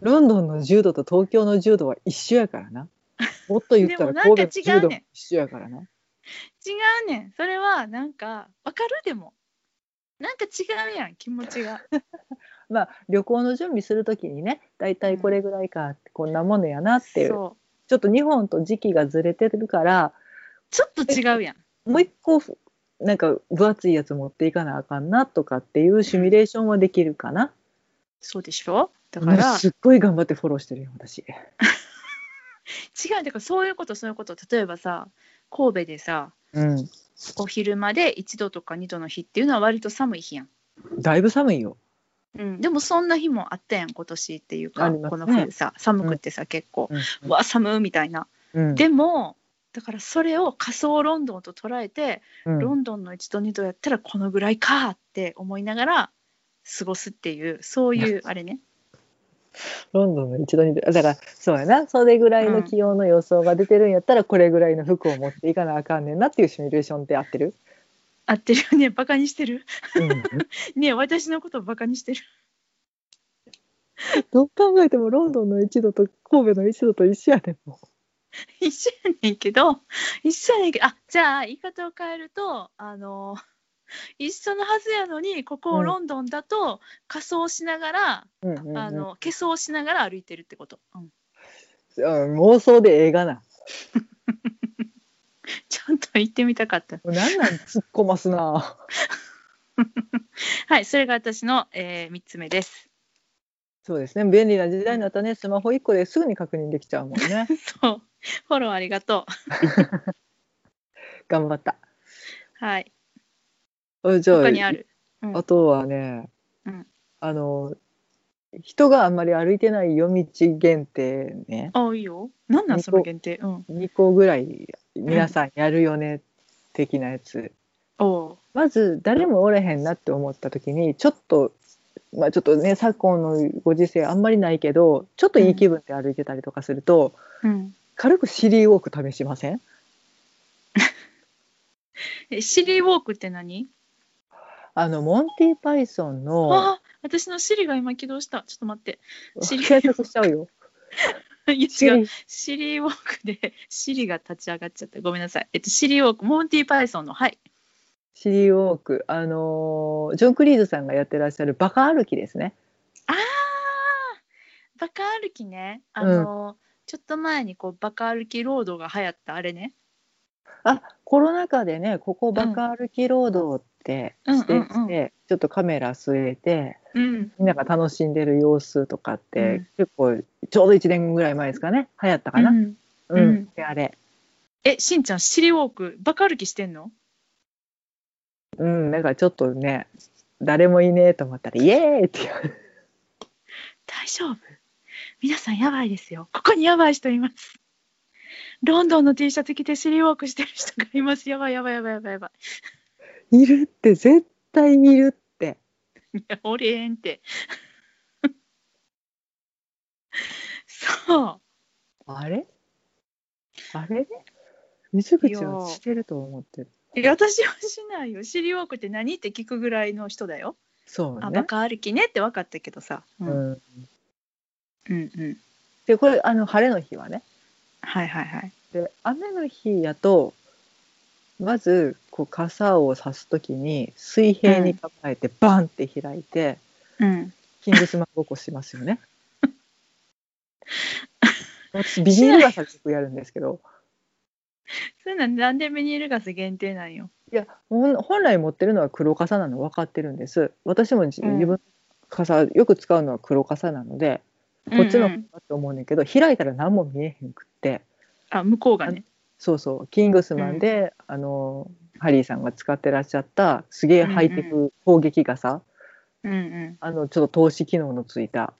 B: ロンドンの10度と東京の10度は一緒やか らな。もっと言ったら
A: でもなん
B: 神
A: か
B: 戸
A: 違う
B: の10度
A: ね
B: も一緒やからな。
A: 違うねんそれはなんかわかるでもなんか違うやん気持ちが。
B: まあ旅行の準備するときにね、だいたいこれぐらいか、こんなものやなっていう。
A: そう
B: ちょっと日本と時期がずれてるから、
A: ちょっと違うやん。
B: もう一個なんか分厚いやつ持っていかなあかんなとかっていうシミュレーションはできるかな。
A: そうでしょだから、
B: もうすっごい頑張ってフォローしてるよ私。
A: 違うだからそういうことそういうこと例えばさ神戸でさ
B: うん。
A: お昼まで1度とか2度の日っていうのは割と寒い日やん、
B: だいぶ寒いよ。
A: うん、でもそんな日もあったやん今年っていうか、
B: ありますね
A: この冬さ寒くってさ、結構、うわ寒いみたいな、
B: うん、
A: でもだからそれを仮想ロンドンと捉えて、
B: うん
A: ロンドンの1度2度やったらこのぐらいかって思いながら過ごすっていうそういうあれね
B: ロンドンの一度にだからそうやなそれぐらいの気温の予想が出てるんやったら、これぐらいの服を持っていかなあかんねんなっていうシミュレーションって合ってる、
A: 合ってるよねバカにしてる
B: うん、
A: ねえ私のことバカにしてる
B: どう考えてもロンドンの一度と神戸の一度と一緒やねんも
A: 一緒やねんけど一緒やねんけどあじゃあ言い方を変えるとあの一緒のはずやのにここ
B: う
A: を
B: ん
A: ロンドンだと仮装しながら、
B: う、うんうんうん
A: あの化粧しながら歩いてるってこと、うん、
B: うん妄想で映画な
A: ちゃんと行ってみたかった
B: なんなん突っ込ますな
A: はいそれが私の、え3つ目です
B: そうですね便利な時代になったねスマホ一個ですぐに確認できちゃうもん ね
A: そうフォローありがと
B: 頑張った
A: うはい
B: あじゃあ
A: 他にあるうん
B: あとはね、
A: うん
B: あの人があんまり歩いてない夜道限定ね
A: あいいよなんなんその限定うん
B: 2個ぐらい皆さんやるよね的なやつ、
A: おう
B: まず誰もおれへんなって思った時にちょっとまあちょっとね昨今のご時世あんまりないけどちょっといい気分で歩いてたりとかすると、
A: うん
B: 軽くシリーウォーク試しません
A: えシリーウォークって何
B: あのモンティ・パイソンの
A: あ私のシリが今起動したちょっと待ってシリ
B: 検索しちゃ うよ。
A: いや
B: シ
A: 違う
B: リ
A: シリーウォークでシリが立ち上がっちゃった。ごめんなさい。えっと、シリーウォーク、モンティーパイソンの、はい。
B: シリーウォーク、あのージョン・クリーズさんがやってらっしゃるバカ歩きですね。
A: あーバカ歩きねあの、ちょっと前にこうバカ歩きロードが流行ったあれね
B: あコロナ禍でねここバカ歩き労働って
A: うん
B: して
A: う
B: て、
A: んうん
B: ちょっとカメラ据えて
A: うん
B: みんなが楽しんでる様子とかって、
A: うん
B: 結構ちょうど1年ぐらい前ですかね流行ったかな。
A: うん
B: うん
A: うん
B: であれ、
A: えしんちゃんシリーウォークバカ歩きしてんの
B: うん、なんかちょっとね誰もいねえと思ったら「イエーイ!」って言われて
A: 大丈夫皆さんやばいですよここにやばい人いますロンドンの T シャツ着てシリーウォークしてる人がいますやばいやばいやばいやばいやばい
B: いるって絶対いるって
A: いや、おれえんって。 そう。
B: あれあれ水
A: い
B: 口
A: や
B: はしてると思ってる。
A: いや私はしないよ。シリウォークって何って聞くぐらいの人だよ。
B: そう
A: あ、
B: ね
A: バ。カ歩きねって分かったけどさ。うん、うん、
B: うん、
A: うん。
B: でこれあの晴れの日はね。
A: はいはいはい。
B: で雨の日やとまずこう傘を差すときに水平に構えてバンって開いて、
A: うん。
B: キングスマンごっこしますよ ね。私ビニール傘結構やるんですけど
A: そういうのなんでビニールガス限定なんよ。
B: いやほん本来持ってるのは黒傘なの分かってるんです私も自
A: うん
B: 自分の傘、よく使うのは黒傘なのでこっちの
A: うんう
B: 方
A: ん
B: だと思うんだけど、開いたら何も見えへんくって
A: あ、向こうがね。
B: そうそうキングスマンで、あのハリーさんが使ってらっしゃったすげえハイテ
A: うん
B: ク攻撃傘、
A: うんう
B: あのちょっと透視機能のついた、
A: ん。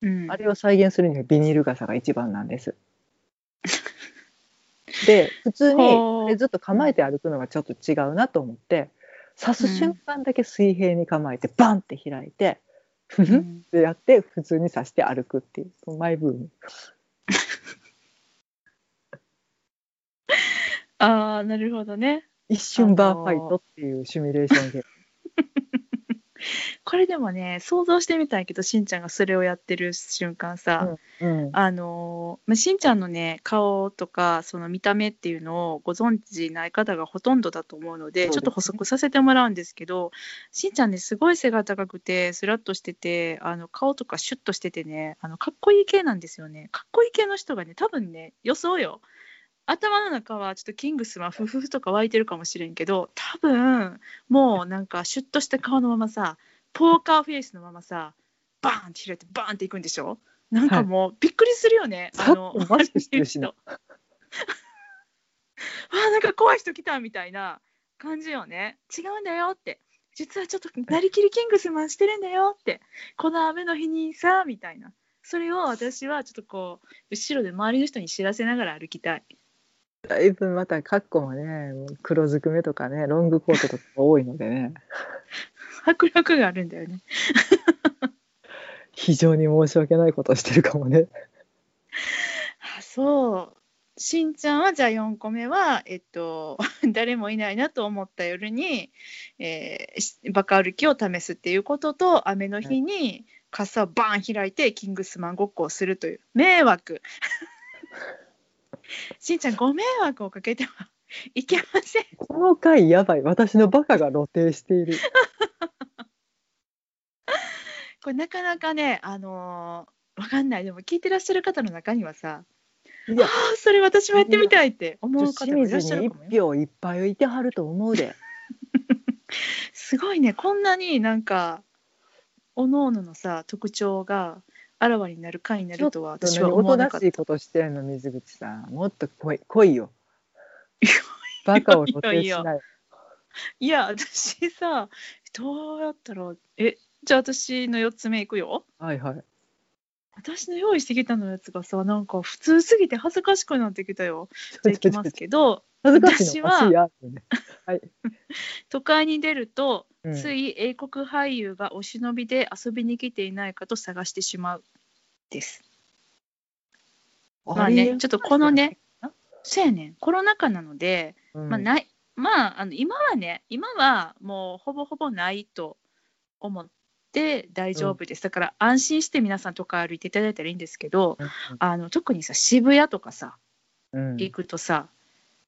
A: うん、
B: あれを再現するにはビニール傘が一番な んです。で普通に
A: ほう
B: あれずっと構えて歩くのがちょっと違うなと思って刺す瞬間だけ水平に構えてバンって開いて、ふ
A: う
B: ふっ
A: ん
B: てやって普通に刺して歩くっていうマイブーム。
A: あー、なるほどね。
B: 一瞬バーファイトっていうシミュレーションで、
A: これでもね、想像してみたいけど、しんちゃんがそれをやってる瞬間さ、
B: うん、
A: あのーまあ、しんちゃんのね顔とかその見た目っていうのをご存知ない方がほとんどだと思うので
B: そうですね
A: ちょっと補足させてもらうんですけどしんちゃんねすごい背が高くてスラッとしててあの顔とかシュッとしててねあのかっこいい系なんですよねかっこいい系の人がね多分ね予想よ頭の中はちょっとキングスマンフフフとか湧いてるかもしれんけど多分もうなんかシュッとした顔のままさポーカーフェイスのままさバーンって開いてバーンっていくんでしょなんかもうびっくりするよね。
B: さっき
A: あの
B: もマスクしてる しな
A: あなんか怖い人来たみたいな感じよね。違うんだよって。実はちょっとなりきりキングスマンしてるんだよって。この雨の日にさみたいな。それを私はちょっとこう後ろで周りの人に知らせながら歩きたい。
B: だいぶまたカッコもねもう黒ずくめとかねロングコートとかが多いのでね
A: 迫力があるんだよね。
B: 非常に申し訳ないことをしてるかもね。
A: あそう。しんちゃんはじゃあ4個目は、えっと、 誰もいないなと思った夜に、えーしバカ歩きを試すっていうことと雨の日に傘をバーン開いてキングスマンごっこをするという迷惑 しんちゃんご迷惑をかけてはいけません
B: この回やばい私のバカが露呈している。
A: これなかなかねあのーわかんないでも聞いてらっしゃる方の中にはさ
B: い
A: あ
B: や
A: あそれ私もやってみたいって思う方
B: 清
A: もいらっ
B: 水
A: しゃ
B: に
A: る
B: 一
A: かもよ
B: 票いっぱいいてはると思うで。
A: すごいねこんなになんかおのおののさ特徴があらわになる回になるとは
B: そん
A: 私
B: な
A: は
B: にお
A: 思わ
B: と
A: な
B: な
A: かっ。
B: したいことしてんの水口さんもっと来い来いよ。バカを露呈しない。
A: いや私さどうやったらえじゃあ私の4つ目いくよ。
B: はいはい。
A: 私の用意してきたのやつがさなんか普通すぎて恥ずかしくなってきた よ。じゃあいきますけど
B: 恥ずかしいのおかしいや。
A: 都会に出ると、
B: うん
A: つい英国俳優がお忍びで遊びに来ていないかと探してしまうです。まあねちょっとこのねせやねんコロナ禍なので
B: うん、
A: まあ、ない、まあ、あの今はね、今はもうほぼほぼないと思って大丈夫です。だから安心して皆さんとか歩いていただいたらいいんですけど、あの特にさ、渋谷とかさ、
B: うん、
A: 行くとさ、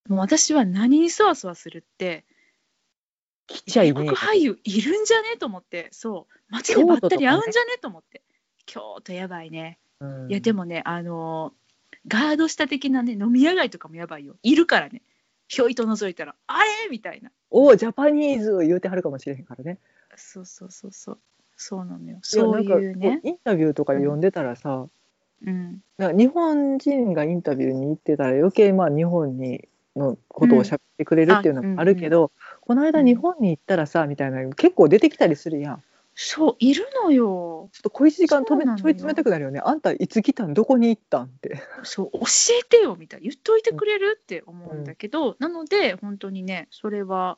A: もう私は何にそわそわするって、
B: 来ちゃいねえ
A: 国
B: よ
A: 俳優いるんじゃねと思ってそう街で
B: 京
A: ばっ
B: 都
A: た
B: とかね
A: り会うんじゃねと思って京都やばいね
B: うん
A: いやでもねあのーガード下的なね飲み屋街とかもやばいよいるからねひょいと覗いたらあれみたいな
B: おおジャパニーズを言うてはるかもしれへんからね
A: そうそうそうそうそうなのよそういう
B: やな
A: ね
B: んかこうインタビューとか読んでたらさ、
A: うん
B: なんか日本人がインタビューに行ってたら余計まあ日本にのことを喋ってくれるっていうのもあるけど、この間日本に行ったらさみたいなの結構出てきたりするやん
A: そういるのよ
B: ちょっと小一時間
A: そ
B: 止め
A: うなのよ
B: 問い詰めたくなるよねあんたいつ来たんどこに行ったんって
A: そう教えてよみたいな言っといてくれるって思うんだけど、なので本当にねそれは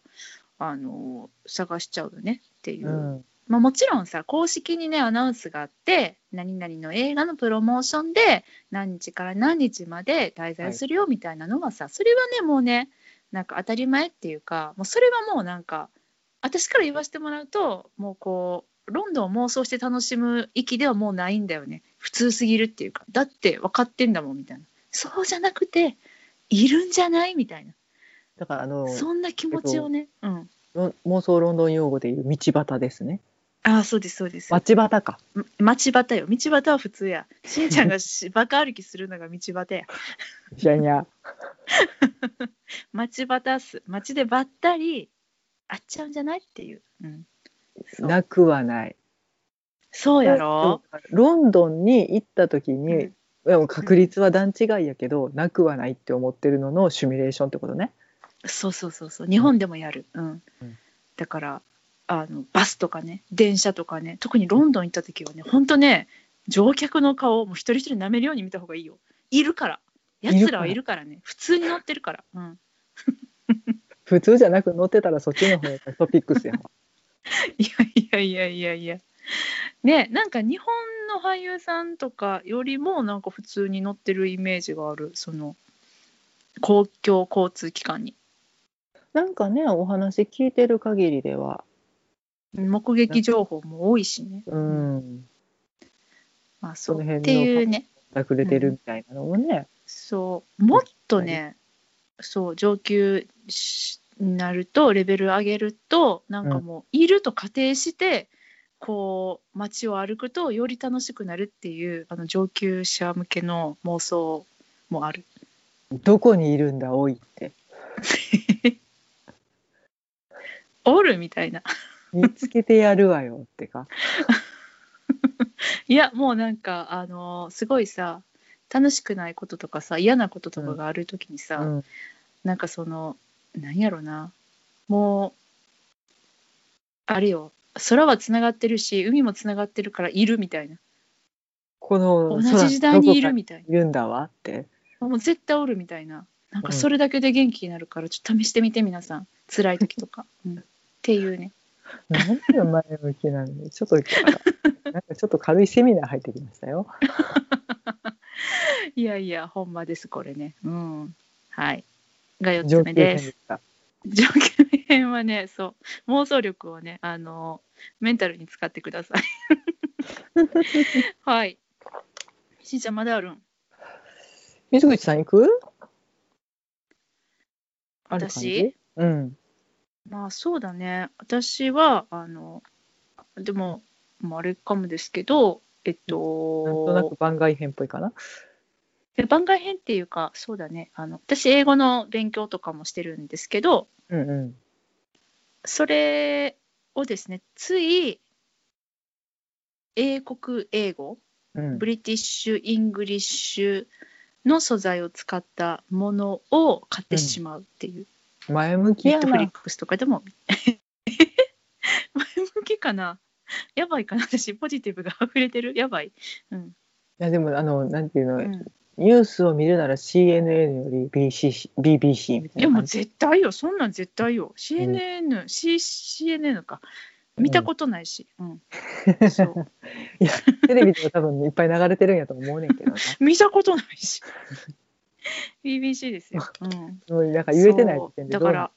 A: あのー探しちゃうよねっていう。まあ、もちろんさ公式にねアナウンスがあって何々の映画のプロモーションで何日から何日まで滞在するよみたいなのはさ、それはねもうねなんか当たり前っていうかもうそれはもうなんか私から言わせてもらうともうこうロンドンを妄想して楽しむ域ではもうないんだよね普通すぎるっていうかだって分かってんだもんみたいなそうじゃなくているんじゃないみたいな
B: だからあの
A: そんな気持ちをね、うん、
B: ロン妄想ロンドン用語でいう道端ですね
A: ああそうですそうです
B: 町端か
A: ま町端よ道端は普通やしんちゃんがしバカ歩きするのが道端や
B: じゃにゃ
A: 町端っす町でばったり会っちゃうんじゃないっていう、うん、そう
B: なくはない
A: そうやろ
B: ロンドンに行った時に、
A: うん
B: でも確率は段違いやけど、なくはないって思ってるののシミュレーションってことね。
A: そうそうそうそう日本でもやる、うん
B: うん
A: だからあのバスとかね電車とかね特にロンドン行った時はねほんとね乗客の顔をもう一人一人舐めるように見た方がいいよいるからやつらはいるからね普通に乗ってるから、うん、
B: 普通じゃなく乗ってたらそっちの方がトピックスやわ。
A: いやいやいやいやいや。ねなんか日本の俳優さんとかよりもなんか普通に乗ってるイメージがあるその公共交通機関に
B: なんかねお話聞いてる限りでは、
A: 目撃情報も多いしね、
B: うん、
A: まあ、そう
B: その辺の
A: っていうね
B: 隠れてるみたいなのもね、
A: そうもっとねそう上級しになるとレベル上げるとなんかもういると仮定して、こう街を歩くとより楽しくなるっていうあの上級者向けの妄想もある。
B: どこにいるんだおいって
A: おるみたいな。
B: 見つけてやるわよってか。
A: いや、もうなんか、あのーすごいさ、楽しくないこととかさ、嫌なこととかがあるときにさ、
B: うん
A: なんかその、なんやろな、もう、あれよ、空はつながってるし、海もつながってるからいるみたいな。
B: この
A: 同
B: 空
A: じ時代にいる
B: どこか
A: みたい
B: いるんだわって。
A: な。もう絶対おるみたいな。なんかそれだけで元気になるから、ちょっと試してみて、皆さん。辛い時とか。うん、っていうね。
B: なんで前向きなのにちょっとなんかちょっと軽いセミナー入ってきましたよ。
A: いやいや、ほんまです、これね。うん。はい。が4つ
B: 上
A: 目
B: 級編
A: で。
B: ですした。
A: 上級編はねそう妄想力をねあのメンタルに使ってくださ いはいしんちゃんまだあるん
B: 水口さん行くある感
A: 私
B: じうん。
A: まあそうだね私はあのでも、まあ、あれかもですけどえっ
B: なんとなく
A: と
B: 番外編っぽいかな。
A: え番外編っていうかそうだねあの私英語の勉強とかもしてるんですけど
B: うんう
A: それをですねつい英国英語
B: ん。うん
A: ブリティッシュ・イングリッシュの素材を使ったものを買ってしまうっていう、
B: 前向き
A: ネッ
B: や
A: トフリッ
B: な。
A: クスとかでも前向きかなやばいかな私ポジティブが溢れてるやばい、うん
B: いやでもあのなんていうの、
A: うん、
B: ニュースを見るなら CNN より BC BBC みた
A: い
B: い
A: や
B: な
A: もう
B: 感じ。
A: 絶対よそんなん絶対よ CNN、C、CNN か見たことないし、うんそう
B: テレビでも多分いっぱい流れてるんやと思うねんけどな。
A: 見たことないし BBC ですよ、うん
B: もうなんか言えてない
A: そう
B: 時点で
A: だ
B: どう
A: か
B: な
A: ら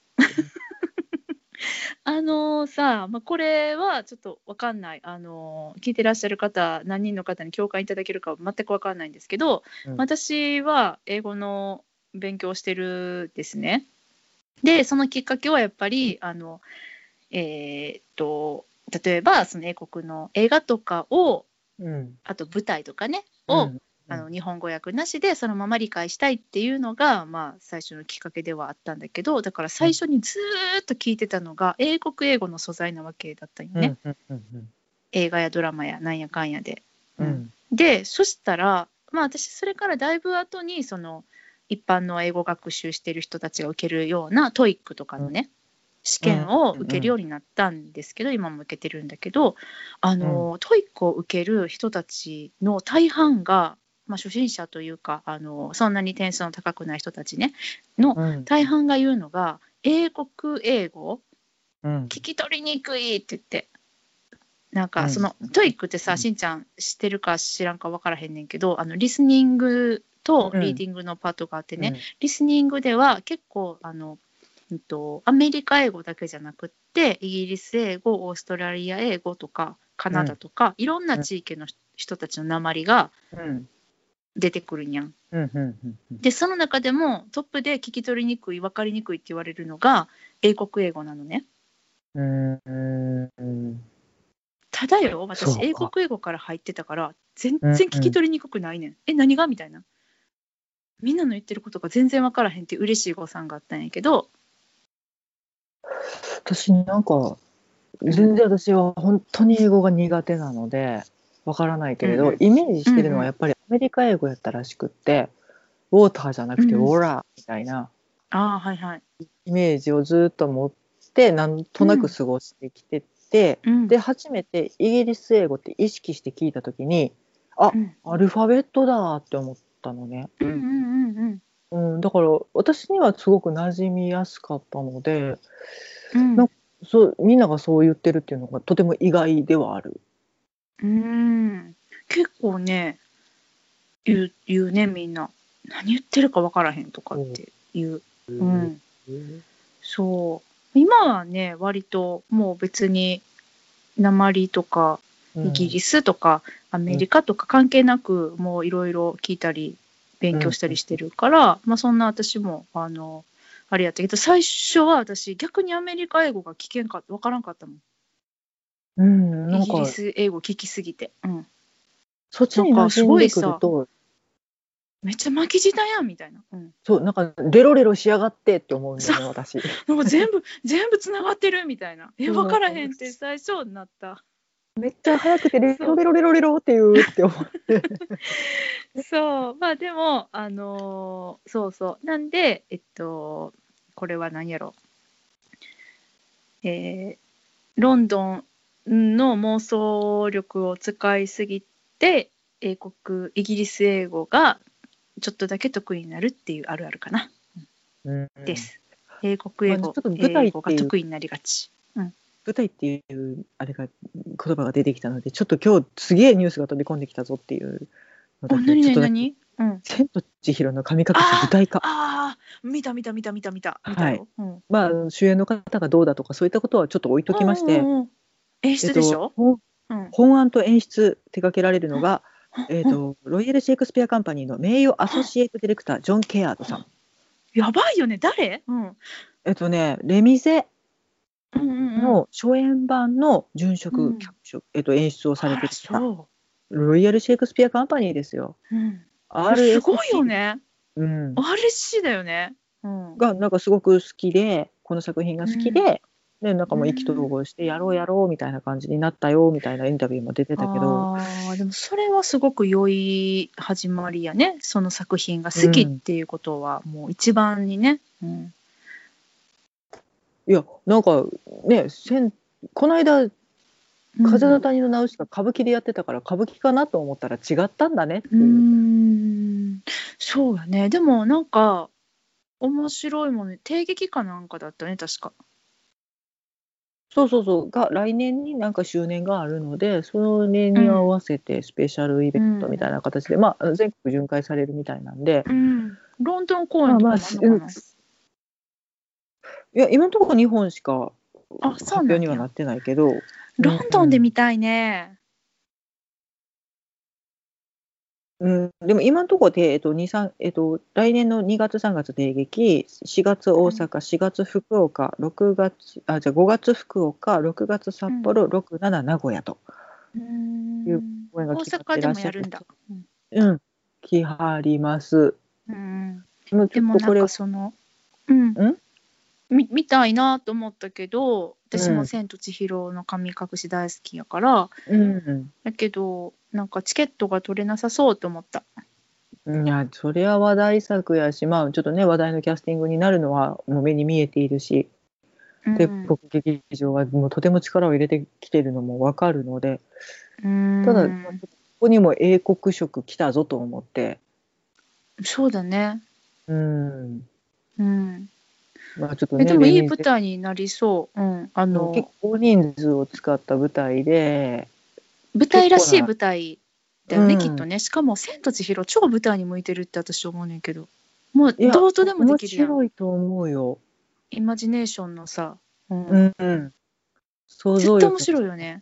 A: あのさ、まあ、これはちょっとわかんない、あの聞いてらっしゃる方何人の方に共感いただけるかは全くわかんないんですけど、
B: うん
A: 私は英語の勉強をしてるですねでそのきっかけはやっぱりあのえーっと例えばその英国の映画とかを
B: うん
A: あと舞台とかねを、
B: うん
A: あの日本語訳なしでそのまま理解したいっていうのが、まあ、最初のきっかけではあったんだけどだから最初にずーっと聞いてたのが英国英語の素材なわけだったよね、
B: うんうん
A: 映画やドラマやなんやかんやで。
B: うんうん
A: でそしたら、まあ、私それからだいぶ後にその一般の英語学習してる人たちが受けるような TOEIC とかのね、試験を受けるようになったんですけど、今も受けてるんだけどあの、TOEIC を受ける人たちの大半が、まあ、初心者というかあのそんなに点数の高くない人たちね
B: うん
A: 大半が言うのが英国英語
B: うん
A: 聞き取りにくいって言ってなん
B: う
A: か
B: ん
A: その、トイックってさ、
B: うん
A: しんちゃん知ってるか知らんか分からへんねんけどあのリスニングと
B: うん
A: リーディングのパートがあってね、リスニングでは結構あの、うんと、アメリカ英語だけじゃなくってイギリス英語オーストラリア英語とかカナダとか、いろんな地域の人人たちの鉛が
B: うん
A: 出てくるにゃん。
B: うんうんうんうん
A: でその中でもトップで聞き取りにくい分かりにくいって言われるのが英国英語なのね。
B: うんうん
A: ただよ
B: そう
A: 私
B: か
A: 英国英語から入ってたから全然聞き取りにくくないねん、え何がみたいなみんなの言ってることが全然分からへんって嬉しい誤算があったんやけど
B: 私なんか全然私は本当に英語が苦手なのでわからないけれど、
A: うんうん
B: イメージしてるの
A: うんう
B: は
A: ん
B: やっぱりアメリカ英語やったらしくって、ウォーターじゃなくて
A: う
B: ウ
A: んうん
B: ォーラーみたいな
A: ああはいはい、
B: イメージをずっと持ってなんとなく過ごしてきてて、
A: うん、
B: で初めてイギリス英語って意識して聞いた時にあ
A: うん
B: アルファベットだって思ったのね、
A: うんうんうん
B: うん、だから私にはすごく馴染みやすかったので
A: うん
B: なんそうみんながそう言ってるっていうのがとても意外ではある。
A: うん結構ね言う言うねみんな何言ってるか分からへんとかって言う、うん、そう今はね割ともう別に鉛とかイギリ
B: ス
A: スとかアメリカとか関係なく、もういろいろ聞いたり勉強したりしてるから、まあ、そんな私もあのあれやったけど最初は私逆にアメリカ英語が聞けんかわからんかったもん
B: うん、な
A: イ
B: ん
A: ギ
B: か
A: リス英語聞きすぎて、うん、
B: そっちに馴染んでくる
A: なんかす
B: と
A: めっちゃ巻き舌やんみたいな、うん、
B: そうなんかレロレロしやがってって思うんだよね私。
A: なんか全 部全部つながってるみたいなえ
B: そう
A: 分からへんって最初になった
B: めっちゃ早くてレロレロレロレロっていうって思って。
A: そうまあでもあのーそうそうなんでえっとこれは何やろえーロンドンの妄想力を使いすぎて英国イギリス英語がちょっとだけ得意になるっていうあるあるかな、で。す英国英
B: まあ
A: 語
B: ちょっと舞台
A: 英
B: っていう
A: 語が得意になりがち
B: 舞台っていうあれが言葉が出てきたのでちょっと今日すげえニュースが飛び込んできたぞっていう
A: あ
B: のだけ
A: 何
B: ちょ
A: 何
B: っとだけ
A: 何うん
B: 千と千尋の神隠し舞台化
A: ああ見た見た見た見た見た見たよ、うん、
B: まあ主演の方がどうだとかそういったことはちょっと置いときまして、
A: うんうんうん演出でしょ、
B: えっと
A: うん
B: 本案と演出手掛けられるのが、えー、
A: うん
B: とロイヤル・シェイクスピア・カンパニーの名誉アソシエイト・ディレクタージョン・ケアードさん。
A: やばいよね誰、うん、
B: えっとね、レ・ミゼ
A: うんうんうん
B: の初演版の殉職、
A: うん
B: 脚色えっと、演出をされてき
A: あら
B: た
A: そ
B: ロイヤル・シェイクスピア・カンパニーですよ。
A: う、うん、
B: RSC
A: すごいよ、ね
B: うん、
A: RSC だよね、うん、
B: がなんかすごく好きでこの作品が好きで、でなんかもう意気投合してやろうやろうみたいな感じになったよみたいなインタビューも出てたけど。
A: あーでもそれはすごく良い始まりやねその作品が好きっていうことはもう一番にね、うん
B: いやなんかねせんこの間「風の谷のナウシカ」歌舞伎でやってたから歌舞伎かなと思ったら違ったんだねって
A: う
B: いう。
A: んそうやねでもなんか面白いもんね帝劇かなんかだったね確か
B: そうそうそうが来年になんか周年があるのでその年に合わせてスペシャルイベントみたいな形で、まあ全国巡回されるみたいなんで、
A: うんロンドン公演とかもあんのかな、
B: まあまあいや今のところ日本しか
A: あ
B: 発
A: そうなんや
B: 表にはなってないけど
A: ロンドンで見たいね、
B: うん、でも今のところで、えっと2 3えっと、来年の2月、3月定劇、4月大阪、4月福岡、6月あじゃあ5月福岡、6月札幌、6、7名古屋と
A: うん
B: いう応援
A: 大
B: が決まっ
A: 阪で
B: てらっ
A: も
B: しゃ
A: や
B: る
A: るんだ。うん
B: うん、来はります。
A: うん
B: もうち
A: で
B: ょ
A: も
B: っと
A: な
B: こ
A: ん
B: れ
A: かその、うん、
B: ん
A: み見たいなと思ったけど私
B: う
A: も「
B: ん
A: 千と千尋の神隠し」大好きやから、
B: うん
A: だけどなんかチケットが取れなさそうと思った。
B: いやそれは話題作やし、まあ、ちょっとね話題のキャスティングになるのはもう目に見えているし、
A: うん
B: で国劇場はもうとても力を入れてきてるのもわかるので
A: うん
B: ただ、まあここにも英国色来たぞと思って、
A: そうだね。
B: うん
A: うん、
B: まあ、ちょっと
A: え
B: ね
A: でもいい
B: 例年
A: 舞台になりそう、うん、あ
B: で
A: の
B: 結構大人数を使った舞台で
A: 舞台らしい舞台だよね、
B: うん
A: きっとねしかも「千と千尋」超舞台に向いてるって私思うねんけどもう
B: いや
A: どうとでもで
B: 面
A: きるやん
B: 白いと思うよ。
A: イマジネーションのさ、うん
B: うんうん想像
A: 絶対
B: 力
A: 面白いよね。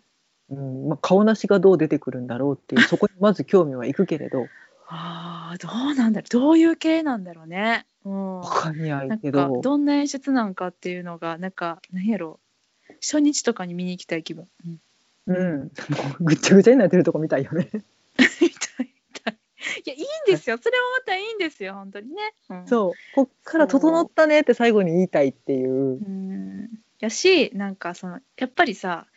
B: うんまあ、顔なしがどう出てくるんだろうっていうそこにまず興味はいくけれど
A: ああどうなんだろうどういう系なんだろうね。うん、
B: 他にあ
A: な
B: る
A: ん
B: け
A: か
B: ど
A: どんな演出なんかっていうのがなんか何やろう初日とかに見に行きたい気分。うん
B: うん、もうぐっちゃぐちゃになってるとこ見たいよね。
A: 見たい見たいいやいいんですよそれもまたいいんですよ本当にね。うん、う
B: そうこっから整ったねって最後に言いたいっていう。
A: んやしなんかそのやっぱりさ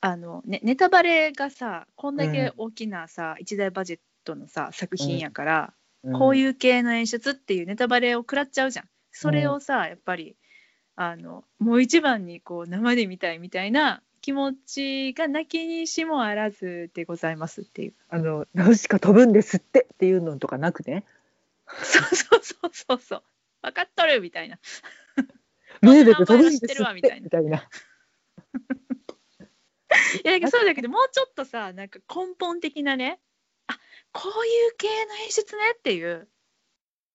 A: あの、ね、ネタバレがさこんだけ大きなさ、一大バジェットのさ作品やから。こう
B: う
A: いう系の演出っていうネタバレを食らっちゃうじゃん。それをさ、やっぱりあのもう一番にこう生で見たいみたいな気持ちがなきにしもあらずでございます っていう。
B: あのナウシカ飛ぶんですってっていうのとかなくね
A: そうそうそうそうそう。分かっとるみたいな。
B: 目で飛ぶんですっ
A: 名前は知って
B: て
A: るわ
B: み
A: み
B: た
A: た
B: い
A: い
B: な
A: な。
B: い
A: いやだけどそうだけどもうちょっとさなんか根本的なねあこういう系の演出ねっていう。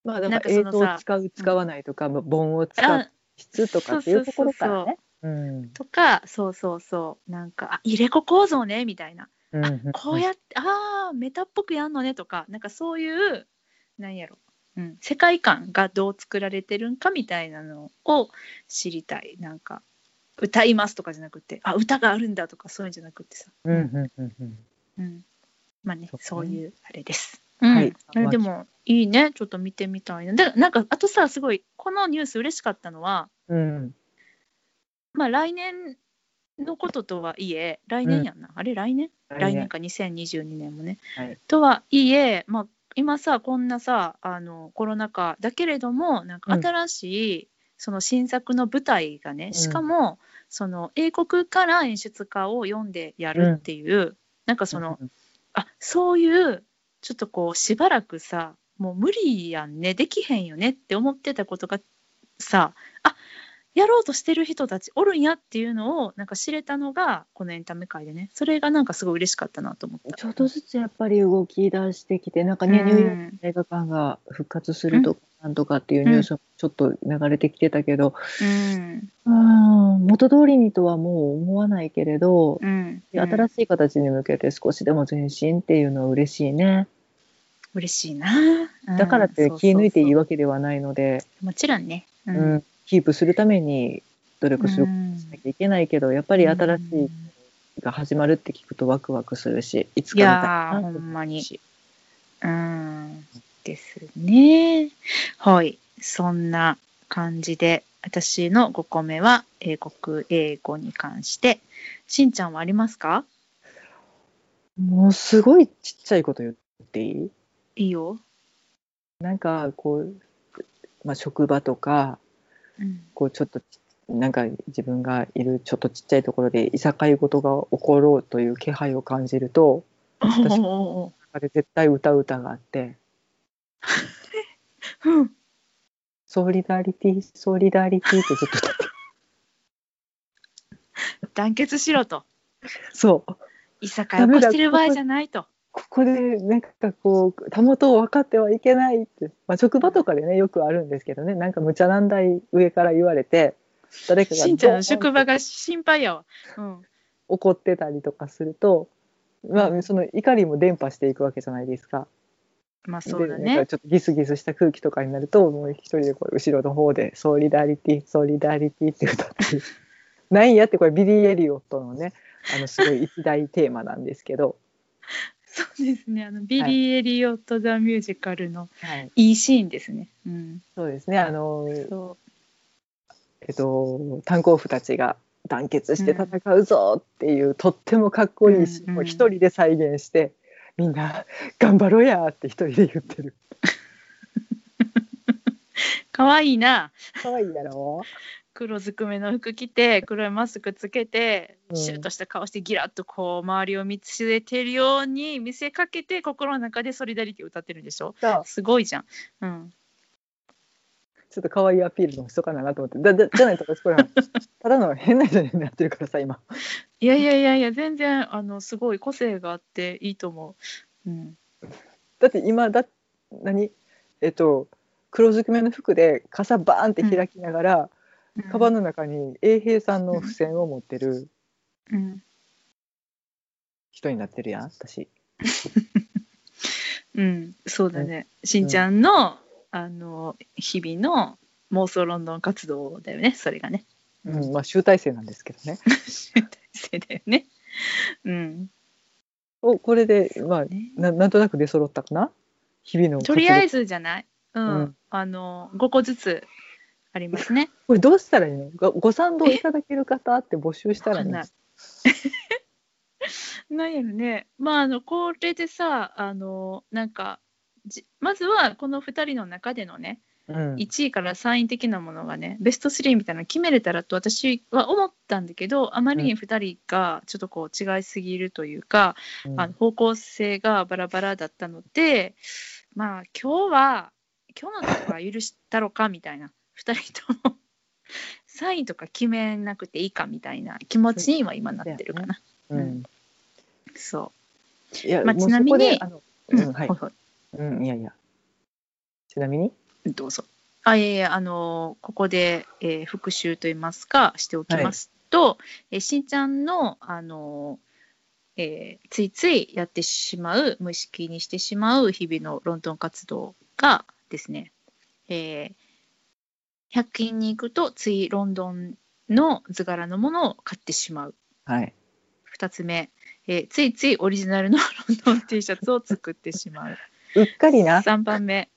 B: まあ
A: な
B: だか
A: ん
B: ら
A: か
B: 映
A: その
B: 像
A: さ
B: を使う使わないとか、まあ盆を使う
A: あ
B: 質とかっていうところからね。うん
A: とかそうそうそうなんかあ入れ子構造ねみたいな。
B: うん
A: あ
B: ん
A: こうやって、ああメタっぽくやんのねとかなんかそういうなんやろ、うん、世界観がどう作られてるんかみたいなのを知りたいなんか歌いますとかじゃなくてあ歌があるんだとかそういうんじゃなくてさ、
B: うんうんうんうん
A: うん、まあね
B: そ
A: そうう
B: ね
A: いうあれです。うん
B: はい
A: あれでもいいねちょっと見てみたいな。でなんかあとさすごいこのニュース嬉しかったのは、
B: うん
A: まあ、来年のこととはいえ来年やんな、あれ来年来年か2022年もね。
B: はい
A: とはいえ、まあ、今さこんなさあのコロナ禍だけれどもなんか
B: うん
A: 新しい、その新作の舞台がね
B: ん
A: しかも、その英国から演出家を読んでやるっていう、なんかその、あそういうちょっとこうしばらくさもう無理やんねできへんよねって思ってたことがさあやろうとしてる人たちおるんやっていうのをなんか知れたのがこのエンタメ界でねそれがなんかすごい嬉しかったなと思った。
B: ちょっとずつやっぱり動き出してきてなんかね、
A: うん
B: ニューヨークの映画館が復活するとかなんとかっていうニュースもちょっと流れてきてたけど、
A: うん
B: うん、元通りにとはもう思わないけれど、
A: うん、
B: 新しい形に向けて少しでも前進っていうのは嬉しいね
A: 嬉しいな、うん
B: だからって気抜いていい
A: そうそう
B: わけではないので、
A: そうもちろんね、う
B: うんキープするために努力する
A: う
B: こ
A: ん
B: としなきゃいけないけど、やっぱり新し
A: うん
B: いが始まるって聞くとワクワクするしいつ
A: い
B: か
A: や
B: みたい
A: ーほ
B: な
A: んまにうんですね。はい。そんな感じで、私の5個目は英国英語に関して。しんちゃんはありますか
B: もうすごいちっちゃいこと言っていい
A: いいよ。
B: なんかこう、まあ、職場とか
A: うん。
B: こうちょっとなんか自分がいるちょっとちっちゃいところでいさかい事が起ころうという気配を感じると
A: お
B: 私
A: うおう
B: あれ絶対歌う歌があって
A: おううん
B: 「ソリダリティソリダリティ」ってずっと歌って
A: 団結しろと。
B: そう
A: いさかい起こしてる場合じゃないと。
B: ここでなんかこうたもとを分かってはいけないって、まあ、職場とかでねよくあるんですけどねなんか無茶難題上から言われて誰かが
A: しんちゃん
B: ドーン
A: の
B: って
A: 職場が心配やわ。うん。
B: 怒ってたりとかすると、まあ、その怒りも伝播していくわけじゃないですか。
A: まあそうだ
B: でなん
A: ね
B: か。ちょっとギスギスした空気とかになるともう一人でこう後ろの方で「ソーリダリティソーリダリティ」って歌ってるなんやってこれビリー・エリオットのねあのすごい一大テーマなんですけど、
A: そうですね。あのビリー・エリオット・ザ・ミュージカルの
B: はい、
A: いいシーンですね。うん。
B: そうですねあの、
A: そ
B: えっと、炭鉱夫たちが団結して戦うぞっていう、とってもかっこいいシーン
A: うんう
B: を
A: ん
B: 一人で再現して、みんな「頑張ろうや!」って一人で言ってる。
A: う。可愛いな。
B: 可愛いだろ
A: 黒ずくめの服着て黒いマスクつけて
B: うん
A: シュッとした顔してギラッとこう周りを見つめてるように見せかけて心の中で「ソリダリティ」歌ってるんでしょ
B: そう
A: すごいじゃん。うん、
B: ちょっと可愛いアピールのもしとかななと思ってだだじゃないと 私これただの変な人になってるからさ今
A: いやいやいやいや全然あのすごい個性があっていいと思う。うん、
B: だって今だ何えっと黒ずくめの服で傘バーンって開きながら、カバンの中に永平さんの付箋を持ってる
A: うん、
B: 人になってるやん私
A: うん、そうだね。しんちゃんの、あの日々の妄想ロンドン活動だよね。それがね。
B: うん、 まあ集大成なんですけどね
A: 大成だよね。うん。
B: おこれでまあ
A: ね
B: ななんとなく出揃ったかな日々の
A: とりあえ
B: ず
A: ずじゃない。うん。
B: うん
A: あの五個ずつありますね。
B: これどうしたらいいのごご賛同いただける方って募集したらいい
A: わ
B: の
A: か なんやろね。まああのこれでさあのなんかじまずはこの2人の中でのね
B: うん
A: 1位から3位的なものがねベスト3みたいなの決めれたらと私は思ったんだけどあまりに2人がちょっとこう違いすぎるというか、
B: うん
A: あの方向性がバラバラだったのでまあ今日は今日のとこは許したろかみたいな2人とも3位とか決めなくていいかみたいな気持ちには今なってるかな。
B: うん
A: そ
B: いや
A: まあ
B: もう
A: ちなみに
B: そこであの
A: う、
B: うんはい
A: ほいほい
B: うん、いやいや。ちなみに、
A: どうぞ。あいえいえあのここで、えー復習といいますかしておきますと、えーしんちゃんの、あのえーついついやってしまう無意識にしてしまう日々のロンドン活動がですね、えー100均に行くとついロンドンの図柄のものを買ってしまう
B: はい。
A: 2つ目、えーついついオリジナルの ロンドン T シャツを作ってしまう
B: うっかりな。
A: 3番目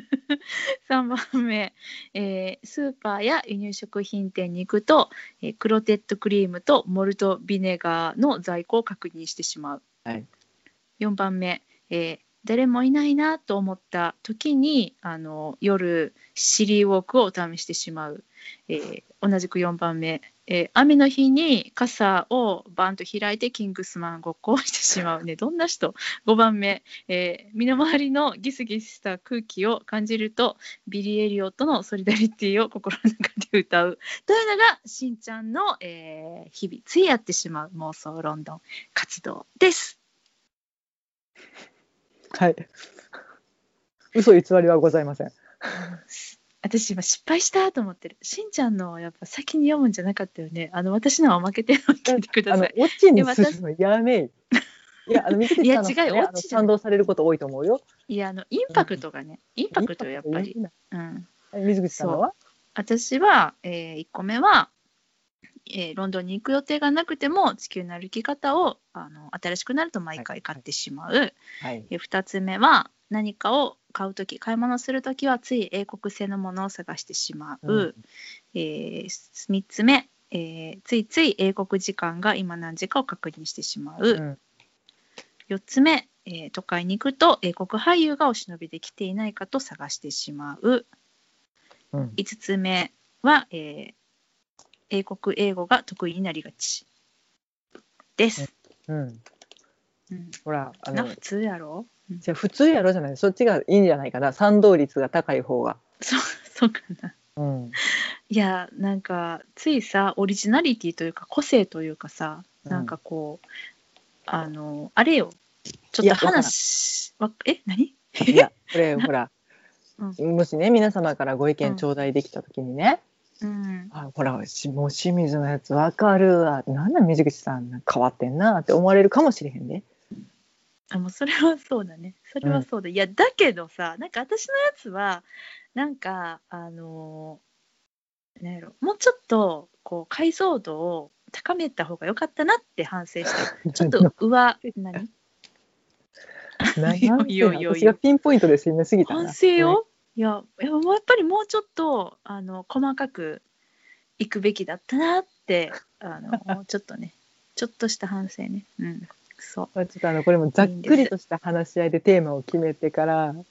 A: 三番目、えースーパーや輸入食品店に行くと、えークロテッドクリームとモルトビネガーの在庫を確認してしまう、
B: はい
A: 4番目、えー誰もいないなと思った時にあの夜シリーウォークをお試してしまう、えー同じく4番目、えー雨の日に傘をバンと開いてキングスマンごっこをしてしまうねどんな人5番目、えー身の回りのギスギスした空気を感じるとビリー・エリオットの「ソリダリティ」を心の中で歌うというのがしんちゃんの、えー日々ついやってしまう妄想ロンドン活動です。
B: はい。嘘偽りはございません。
A: 私今失敗したと思ってるしんちゃんのやっぱ先に読むんじゃなかったよねあの私のは負けてるの聞いてくだ
B: あ
A: さ
B: の
A: い、
B: オッチにするのやめい。いや、あの、見てて、
A: いや
B: あの
A: 違う
B: ね
A: よ
B: あ
A: オ
B: の
A: ッチじゃない
B: 賛同されること多いと思うよ。
A: いやあのインパクトがねインパクトやっぱり、
B: いいな。
A: うん、
B: 水口さんは。
A: 私は、え1個目は、えーロンドンに行く予定がなくても地球の歩き方をあの新しくなると毎回買ってしまう、
B: はい。
A: で2つ目は何かを買う時買い物する時はつい英国製のものを探してしまう、
B: うん
A: え3つ目、えーついつい英国時間が今何時かを確認してしまう、
B: うん
A: 4つ目、えー都会に行くと英国俳優がお忍びで来ていないかと探してしまう
B: うん。
A: 5つ目は、えー英国英語が得意になりがちです。
B: うん。
A: うん、
B: ほら、あ
A: な
B: の
A: 普。通やろ
B: じゃあ普通やろじゃないそっちがいいんじゃないかな賛同率が高い方が、
A: そうそうかな
B: うん、
A: いやなんかついさオリジナリティというか個性というかさ
B: うん
A: なんかこう、あのあれよちょ
B: い
A: っと
B: や
A: 話わえ何
B: いやこれほら、
A: う
B: もしね皆様からご意
A: うん
B: 見頂戴できた時にね、
A: うん
B: あほらしもう清水のやつわかるわなんだ水口さん変わってんなって思われるかもしれへんね
A: あもうそれはそうだねそれはそうだ、いやだけどさなんか私のやつはなんかあのーなんやろもうちょっとこう解像度を高めた方が良かったなって反省したちょっ と上何
B: ない
A: よ
B: なんていうの
A: いよいよ
B: 私がピンポイントで攻めすぎたな
A: 反省をいやいやもうやっぱりもうちょっとあの細かくいくべきだったなってあのちょっとねちょっとした反省ねうんそ
B: まあちょっとあのこれもざっくりとした話し合いでテーマを決めてから
A: う、うん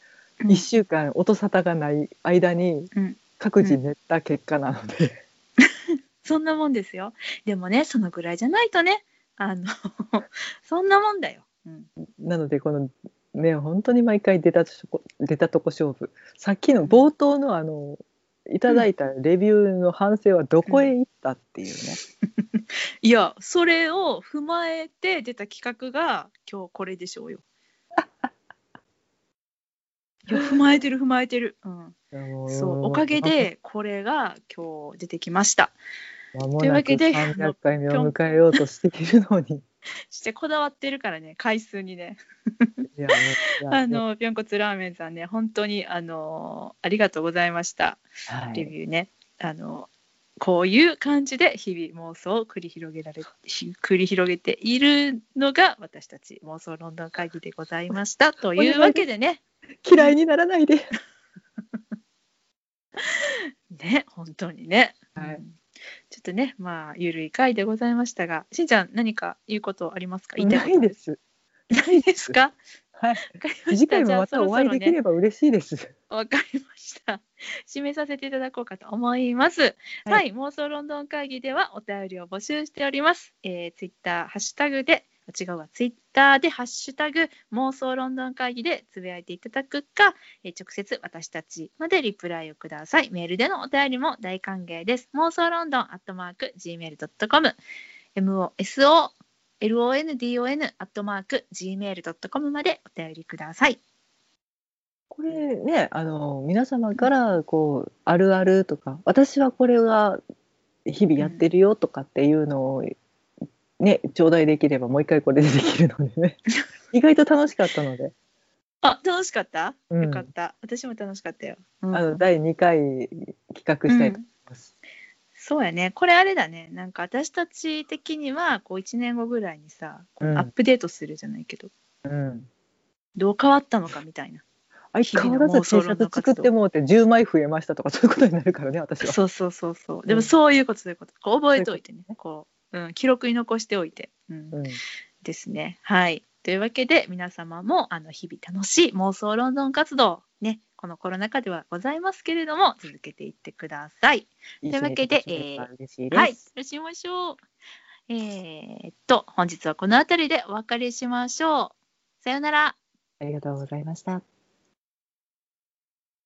B: 1週間音沙汰がない間に
A: うん
B: 各自練った結果なので、
A: そんなもんですよでもねそのぐらいじゃないとねあの そんなもんだよ、うん、
B: なのでこのね本当に毎回出たとこ出たとこ勝負さっきの冒頭のあのいただいたレビューの反省はどこへ行ったっていうね、
A: いやそれを踏まえて出た企画が今日これでしょうよいや踏まえてる踏まえてるうん
B: いやも
A: そうおかげでこれが今日出てきました。
B: 間も
A: という
B: な
A: わ
B: く
A: けで
B: 300回目を迎えようとしている のに。
A: してこだわってるからね回数にね。
B: いやもういや
A: あのぴょんこつラーメンさんね本当にあのありがとうございました
B: は
A: レ
B: い、
A: ビューね。あのこういう感じで日々妄想を繰り広げられひ繰り広げているのが私たち妄想ロンドン会議でございましたというわけでね
B: 嫌いにならないで。
A: ね本当にね、
B: はい
A: うんちょっとねまあゆるい回でございましたがしんちゃん何か言うことありますか言いたいこ
B: な
A: と
B: いです。
A: ないですか
B: は
A: わ
B: い。
A: かりました
B: 次回
A: じ
B: も
A: ゃあ
B: また
A: そろ
B: お会い
A: そろ
B: でき
A: ね
B: れば嬉しいです。
A: わかりました。 締めさせていただこうかと思います。はい、妄想ロンドン会議ではお便りを募集しております。えー、ツイッター、ハッシュタグで、あ違うわ、ツイッターで、ハッシュタグ、妄想ロンドン会議でつぶやいていただくか、えー直接私たちまでリプライをください。メールでのお便りも大歓迎です。妄想ロンドンアットマーク、gmail.com、moso、london アットマーク、gmail.com までお便りください。
B: これね、あの皆様からこうあるあるとか、私はこれが日々やってるよとかっていうのをね、頂戴できればもう一回これでできるので ね。意外と楽しかったので、
A: あ、楽しかった、
B: うん
A: よかった。私も楽しかったよ。うん
B: あの第2回企画したいと思います。
A: そうやね。これあれだね。なんか私たち的には、こう1年後ぐらいにさ、こ
B: う
A: うんアップデートするじゃないけど、
B: うん。
A: どう変わったのかみたいな。
B: 相変わらず T シャツ作ってもうて10枚増えましたとかそういうことになるからね私は。
A: そうそうそうそう。
B: ん
A: でもそういうこと、そういうこと。こう覚えておいてね。こう、うん、記録に残しておいて。うん
B: うん、
A: ですね。はい。というわけで、皆様もあの日々楽しい妄想ロンドン活動、ね、このコロナ禍ではございますけれども、続けていってください。
B: 一
A: という
B: 緒
A: わ
B: に
A: けで
B: 楽しめたら嬉しいです。
A: はい、そうしましょう。えーっと、本日はこの辺りでお別れしましょう。さようなら。
B: ありがとうございました。